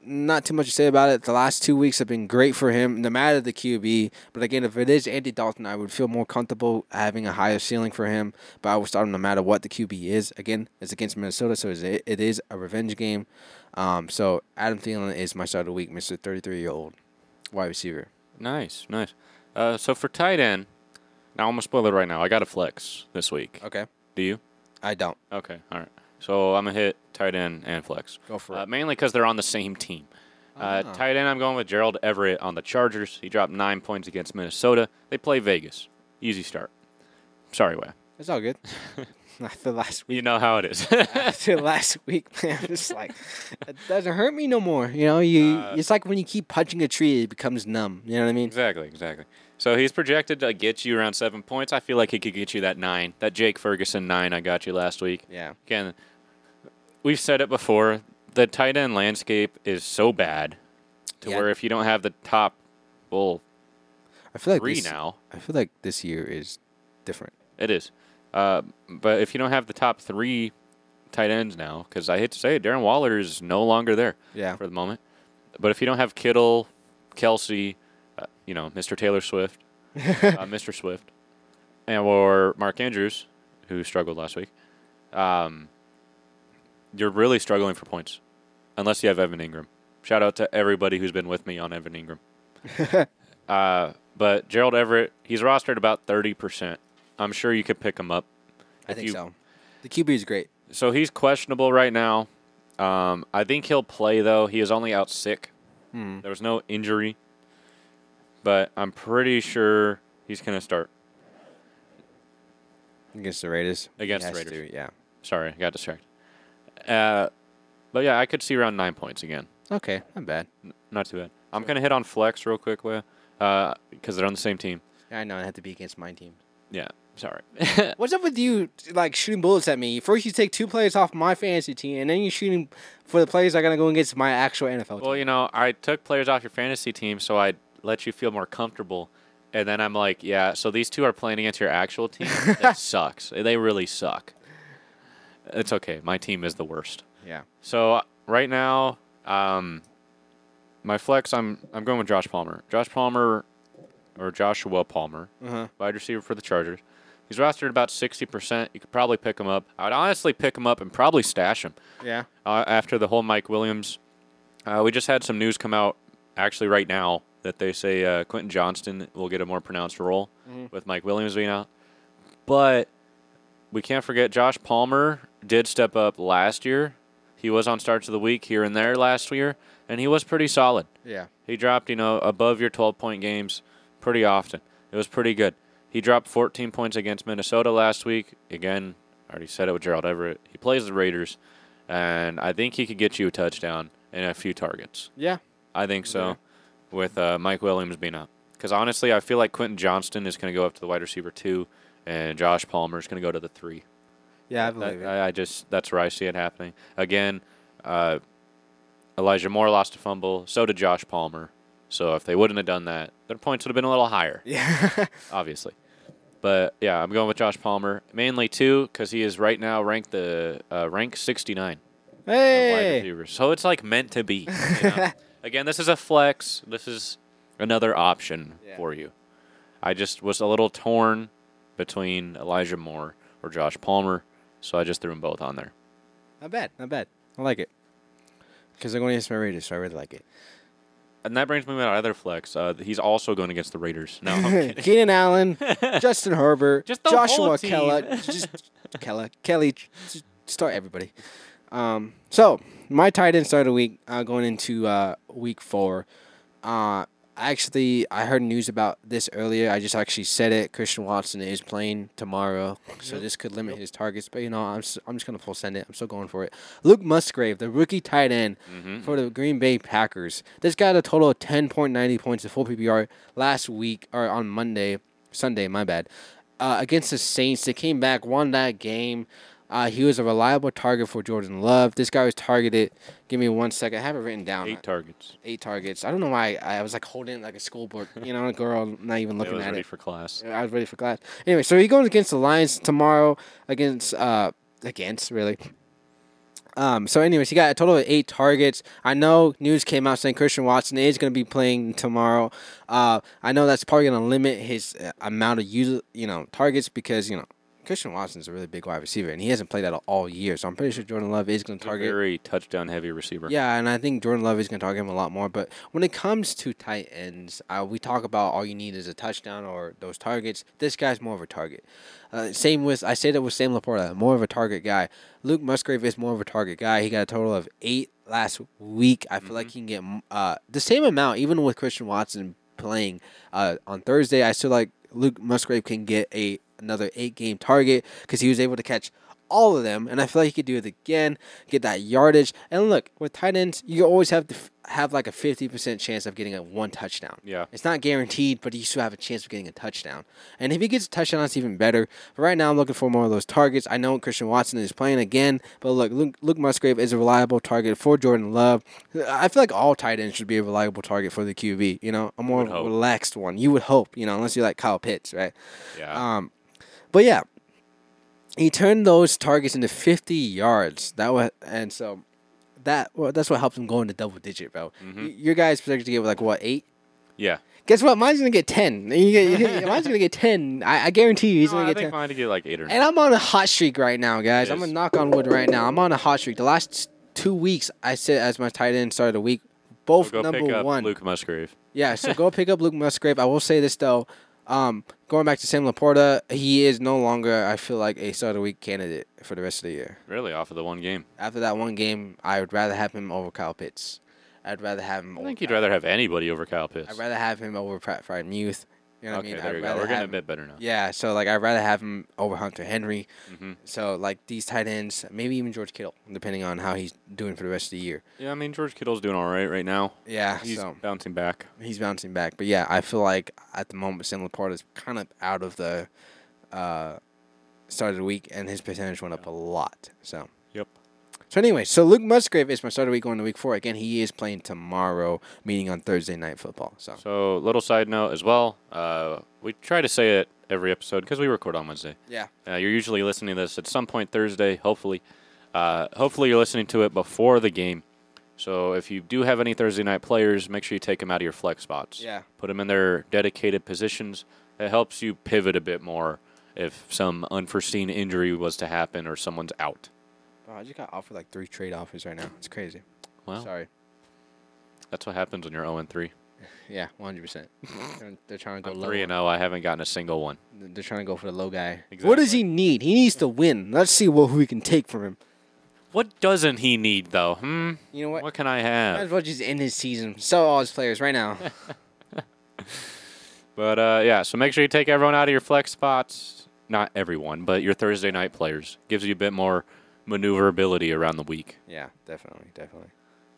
not too much to say about it. The last two weeks have been great for him, no matter the QB. But again, if it is Andy Dalton, I would feel more comfortable having a higher ceiling for him. But I would start him no matter what the QB is. Again, it's against Minnesota, so it's- it is a revenge game. Um, so Adam Thielen is my start of the week, Mister Thirty Three Year Old Wide Receiver. Nice, nice. Uh, so for tight end, now I'm gonna spoil it right now. I got a flex this week. Okay, Do you? I don't Okay, all right. So I'm gonna hit tight end and flex. go for Uh, it. mainly because they're on the same team. Uh, Ah. Tight end, I'm going with Gerald Everett on the Chargers. He dropped nine points against Minnesota. They play Vegas. Easy start. Sorry, way. It's all good. After last week. You know how it is. after last week, man. I'm just like, it doesn't hurt me no more. You know, you Uh, it's like when you keep punching a tree, it becomes numb. You know what I mean? exactly, exactly. So he's projected to get you around seven points. I feel like he could get you that nine, that Jake Ferguson nine I got you last week. Yeah. Again, we've said it before. The tight end landscape is so bad to Yeah. where if you don't have the top, well, I feel like three this, now, I feel like this year is different. It is. Uh, but if you don't have the top three tight ends now, because I hate to say it, Darren Waller is no longer there Yeah. for the moment. But if you don't have Kittle, Kelsey, uh, you know, Mr. Taylor Swift, uh, Mr. Swift, and or Mark Andrews, who struggled last week, um, you're really struggling for points, unless you have Evan Ingram. Shout out to everybody who's been with me on Evan Ingram. Uh, but Gerald Everett, he's rostered about 30%. I'm sure you could pick him up. I If think you- so. The QB is great. So he's questionable right now. Um, I think he'll play though. He is only out sick. Hmm. There was no injury, but I'm pretty sure he's gonna start. Against the Raiders. He Against the has Raiders. to, yeah. Sorry, I got distracted. Uh, but yeah, I could see around nine points again. Okay, not bad. Not too bad. I'm gonna hit on flex real quick, Leah, because they're on the same team. I know, I have to be against my team. Yeah, sorry. What's up with you, like shooting bullets at me? First, you take two players off my fantasy team, and then you're shooting for the players that are gonna go against my actual NFL well, team. you know, I took players off your fantasy team so I let you feel more comfortable, and then I'm like, yeah, so these two are playing against your actual team. that sucks. They really suck. It's okay. My team is the worst. Yeah. So uh, right now, um, my flex, I'm I'm going with Josh Palmer. Josh Palmer, or Joshua Palmer, Uh-huh. wide receiver for the Chargers. He's rostered about sixty percent. You could probably pick him up. I'd honestly pick him up and probably stash him Yeah. uh, after the whole Mike Williams. Uh, we just had some news come out actually right now that they say uh, Quentin Johnston will get a more pronounced role with Mike Williams being out. But we can't forget Josh Palmer did step up last year. He was on starts of the week here and there last year, and he was pretty solid. Yeah. He dropped, you know, above your 12 point games pretty often. It was pretty good. He dropped 14 points against Minnesota last week. Again, I already said it with Gerald Everett. He plays the Raiders, and I think he could get you a touchdown and a few targets. Yeah. I think so, with uh, Mike Williams being up. Because honestly, I feel like Quentin Johnston is going to go up to the wide receiver two, and Josh Palmer is going to go to the three. Yeah, I believe That, it. I, I just that's where I see it happening. Again, uh, Elijah Moore lost a fumble. So did Josh Palmer. So if they wouldn't have done that, their points would have been a little higher, yeah. obviously. But yeah, I'm going with Josh Palmer mainly too because he is right now ranked the uh, rank 69 of wide hey. receivers. So it's like meant to be. you know? Again, this is a flex. This is another option Yeah. for you. I just was a little torn between Elijah Moore or Josh Palmer, so I just threw them both on there. Not bad. Not bad. I like it. Because they're going against my Raiders, so I really like it. And that brings me to my other flex. Uh, he's also going against the Raiders. No, I'm kidding. Keenan Allen, Justin Herbert, Just the whole Joshua team. Kella, just Kella, Kelly, just start everybody. Um, so my tight end started week uh, going into uh, week four. Uh, actually, I heard news about this earlier. I just actually said it. Christian Watson is playing tomorrow, so this could limit his targets. But you know, I'm s- I'm just gonna full send it. I'm still going for it. Luke Musgrave, the rookie tight end for the Green Bay Packers. This got a total of 10.90 points in full PPR last week or on Monday, Sunday. My bad. Uh, against the Saints, they came back, won that game. Uh, he was a reliable target for Jordan Love. This guy was targeted. Give me one second. I have it written down eight targets. eight targets. I don't know why I was like holding it like a school book, you know, a girl not even I looking was at ready it. for class. I was ready for class. Anyway, so he goes against the Lions tomorrow against uh against really. Um, so anyways, he got a total of eight targets. I know news came out saying Christian Watson is going to be playing tomorrow. Uh, I know that's probably going to limit his uh, amount of user, you know, targets because you know Christian Watson's a really big wide receiver and he hasn't played that all year. So I'm pretty sure Jordan Love is going to target Very touchdown heavy receiver. yeah, and I think Jordan Love is going to target him a lot more. But when it comes to tight ends, uh, we talk about all you need is a touchdown or those targets. This guy's more of a target. Uh, same with I said it with Sam Laporta, more of a target guy. Luke Musgrave is more of a target guy. He got a total of eight last week. I feel like he can get m- uh, the same amount, even with Christian Watson playing uh, on Thursday. I still like Luke Musgrave can get a another eight game target because he was able to catch all of them, and I feel like he could do it again, get that yardage. And look, with tight ends, you always have to f- have like a fifty percent chance of getting a one touchdown. Yeah. it's not guaranteed, but you still have a chance of getting a touchdown. And if he gets a touchdown, that's even better. But right now, I'm looking for more of those targets. I know Christian Watson is playing again, but look, Luke, Luke Musgrave is a reliable target for Jordan Love. I feel like all tight ends should be a reliable target for the QB. You know, a more would hope. relaxed one. You would hope, you know, unless you're like Kyle Pitts, right? Yeah. Um, but yeah, he turned those targets into 50 yards. That was, and so that well, that's what helped him go into double digit, bro. Mm-hmm. Y- your guy's projected to get like what eight? yeah. Guess what? Mine's gonna get 10. You get- you get- mine's gonna get 10. I, I guarantee you, he's No, I gonna get think 10. mine to get like eight or nine. And I'm on a hot streak right now, guys. I'm Yes. gonna knock on wood right now. I'm on a hot streak. The last two weeks, I sit as my tight end started the week. Both Go number pick up one. Luke Musgrave. Yeah, so go pick up Luke Musgrave. I will say this though, Um, going back to Sam Laporta, he is no longer, I feel like, a start of the week candidate for the rest of the year. Really, off of the one game. After that one game, I would rather have him over Kyle Pitts. I'd rather have him. I over think you'd Pratt. rather have anybody over Kyle Pitts. I'd rather have him over Pratt Fried Youth. You know what okay, I mean? there I'd you go. rather We're getting have a bit better now. Yeah, so like I'd rather have him over Hunter Henry. Mhm. So like these tight ends, maybe even George Kittle, depending on how he's doing for the rest of the year. Yeah, I mean George Kittle's doing all right right now. Yeah, He's so bouncing back. he's bouncing back, but yeah, I feel like at the moment Sam Laporta is kind of out of the uh, start of the week, and his percentage went up a lot. So Yep. so anyway, so Luke Musgrave is my start of the week going to week four again. He is playing tomorrow, meeting on Thursday night football. So So little side note as well. Uh, we try to say it every episode because we record on Wednesday. yeah, Uh, you're usually listening to this at some point Thursday, hopefully. Uh, hopefully, you're listening to it before the game. So if you do have any Thursday night players, make sure you take them out of your flex spots. Yeah. Put them in their dedicated positions. It helps you pivot a bit more if some unforeseen injury was to happen or someone's out. Bro, I just got offered like three trade offers right now. It's crazy. Well, Sorry. that's what happens when you're 0 3. Yeah, one hundred percent. They're trying to go I'm low. 3 and 0. I haven't gotten a single one. They're trying to go for the low guy. What does he need? He needs to win. Let's see what we can take from him. What doesn't he need, though? Hmm? You know what? What, can I Might have? as well just end his season. Sell all his players right now. But uh, yeah, so make sure you take everyone out of your flex spots. Not everyone, but your Thursday night players gives you a bit more maneuverability around the week. yeah, definitely, definitely.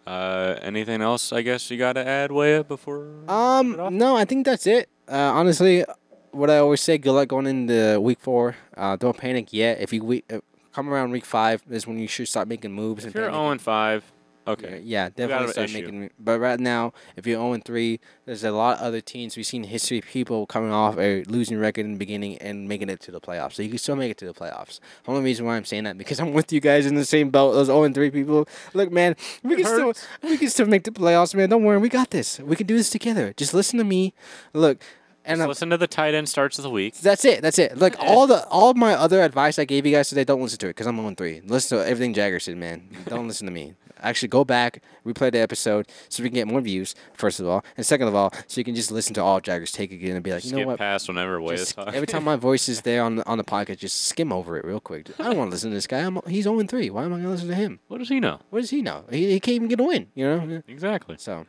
Uh, anything else? I guess you got to add, Waya, before. Um, no, I think that's it. Uh, honestly, what I always say: good luck going into week four. Uh, don't panic yet. If you we, uh, come around week five, is when you should start making moves. if and you're panicking. zero and five, okay. Yeah, yeah, got definitely an start issue. making. But right now, if you're 0 3, there's a lot of other teams. We've seen history of people coming off a losing record in the beginning and making it to the playoffs. So you can still make it to the playoffs. The only reason why I'm saying that because I'm with you guys in the same boat. Those 0 3 people. Look, man, we can still we can still make the playoffs, man. Don't worry, we got this. We can do this together. Just listen to me. Look, and Just I'm- listen to the tight end starts of the week. that's it. That's it. Look, all the all my other advice I gave you guys today, don't listen to it because I'm on three. Listen to everything Jagger said, man. Don't listen to me. Actually, go back, replay the episode, so we can get more views. First of all, and second of all, so you can just listen to all Jagger's take again and be like, you know Skip what? past whenever Waya's Just, talking. every time my voice is there on the, on the podcast, just skim over it real quick. I don't want to listen to this guy. I'm, he's 0 3. Why am I going to listen to him? What does he know? What does he know? He, he can't even get a win, you know? Exactly. So,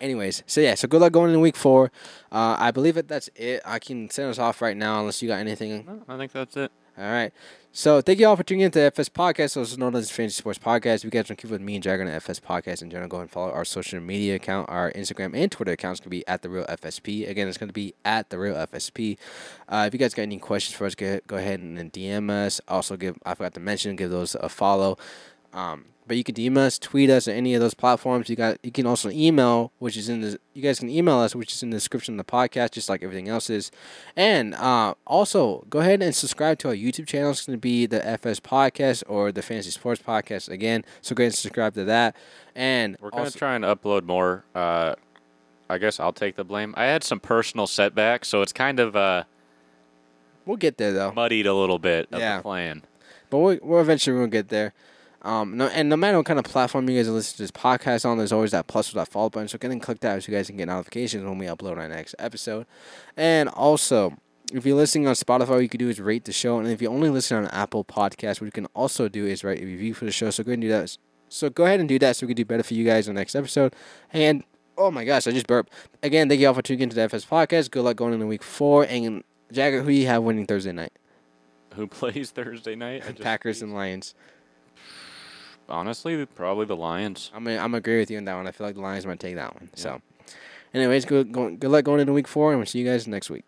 anyways, so yeah, so good luck going into week four. Uh, I believe that that's it. I can send us off right now unless you got anything. No, I think that's it. All right. So thank you all for tuning in to FS Podcast, also known as Fantasy Sports Podcast. If you guys want to keep with me and Jagger on the FS Podcast in general, go and follow our social media account. Our Instagram and Twitter accounts can be at the real FSP. Again, it's going to be at the real FSP. Uh, if you guys got any questions for us, go go ahead and then DM us. Also, give I forgot to mention, give those a follow. Um, but you can DM us, tweet us, or any of those platforms. You got you can also email, which is in the you guys can email us, which is in the description of the podcast, just like everything else is. And uh, also go ahead and subscribe to our YouTube channel. It's going to be the FS Podcast or the Fantasy Sports Podcast again. So go ahead and subscribe to that. And We're gonna also- try and upload more. Uh, I guess I'll take the blame. I had some personal setbacks, so it's kind of uh, we'll get there though. muddied a little bit of Yeah. the plan. But we're, we're eventually going to get there. Um, no, and no matter what kind of platform you guys listen to this podcast on, there's always that plus or that follow button. So go ahead and click that so you guys can get notifications when we upload our next episode. And also, if you're listening on Spotify, what you can do is rate the show. And if you only listen on Apple Podcast, what you can also do is write a review for the show. So go ahead and do that. So go ahead and do that so we can do better for you guys on the next episode. And oh my gosh, I just burped. Again, thank you all for tuning into the FS Podcast. Good luck going into week four. And Jagger, who do you have winning Thursday night? Who plays Thursday night? I just- Packers and Lions. Honestly, probably the Lions. I'm gonna, I'm gonna agree with you on that one. I feel like the Lions might take that one. So, anyways, good go, good luck going into week four, and we'll see you guys next week.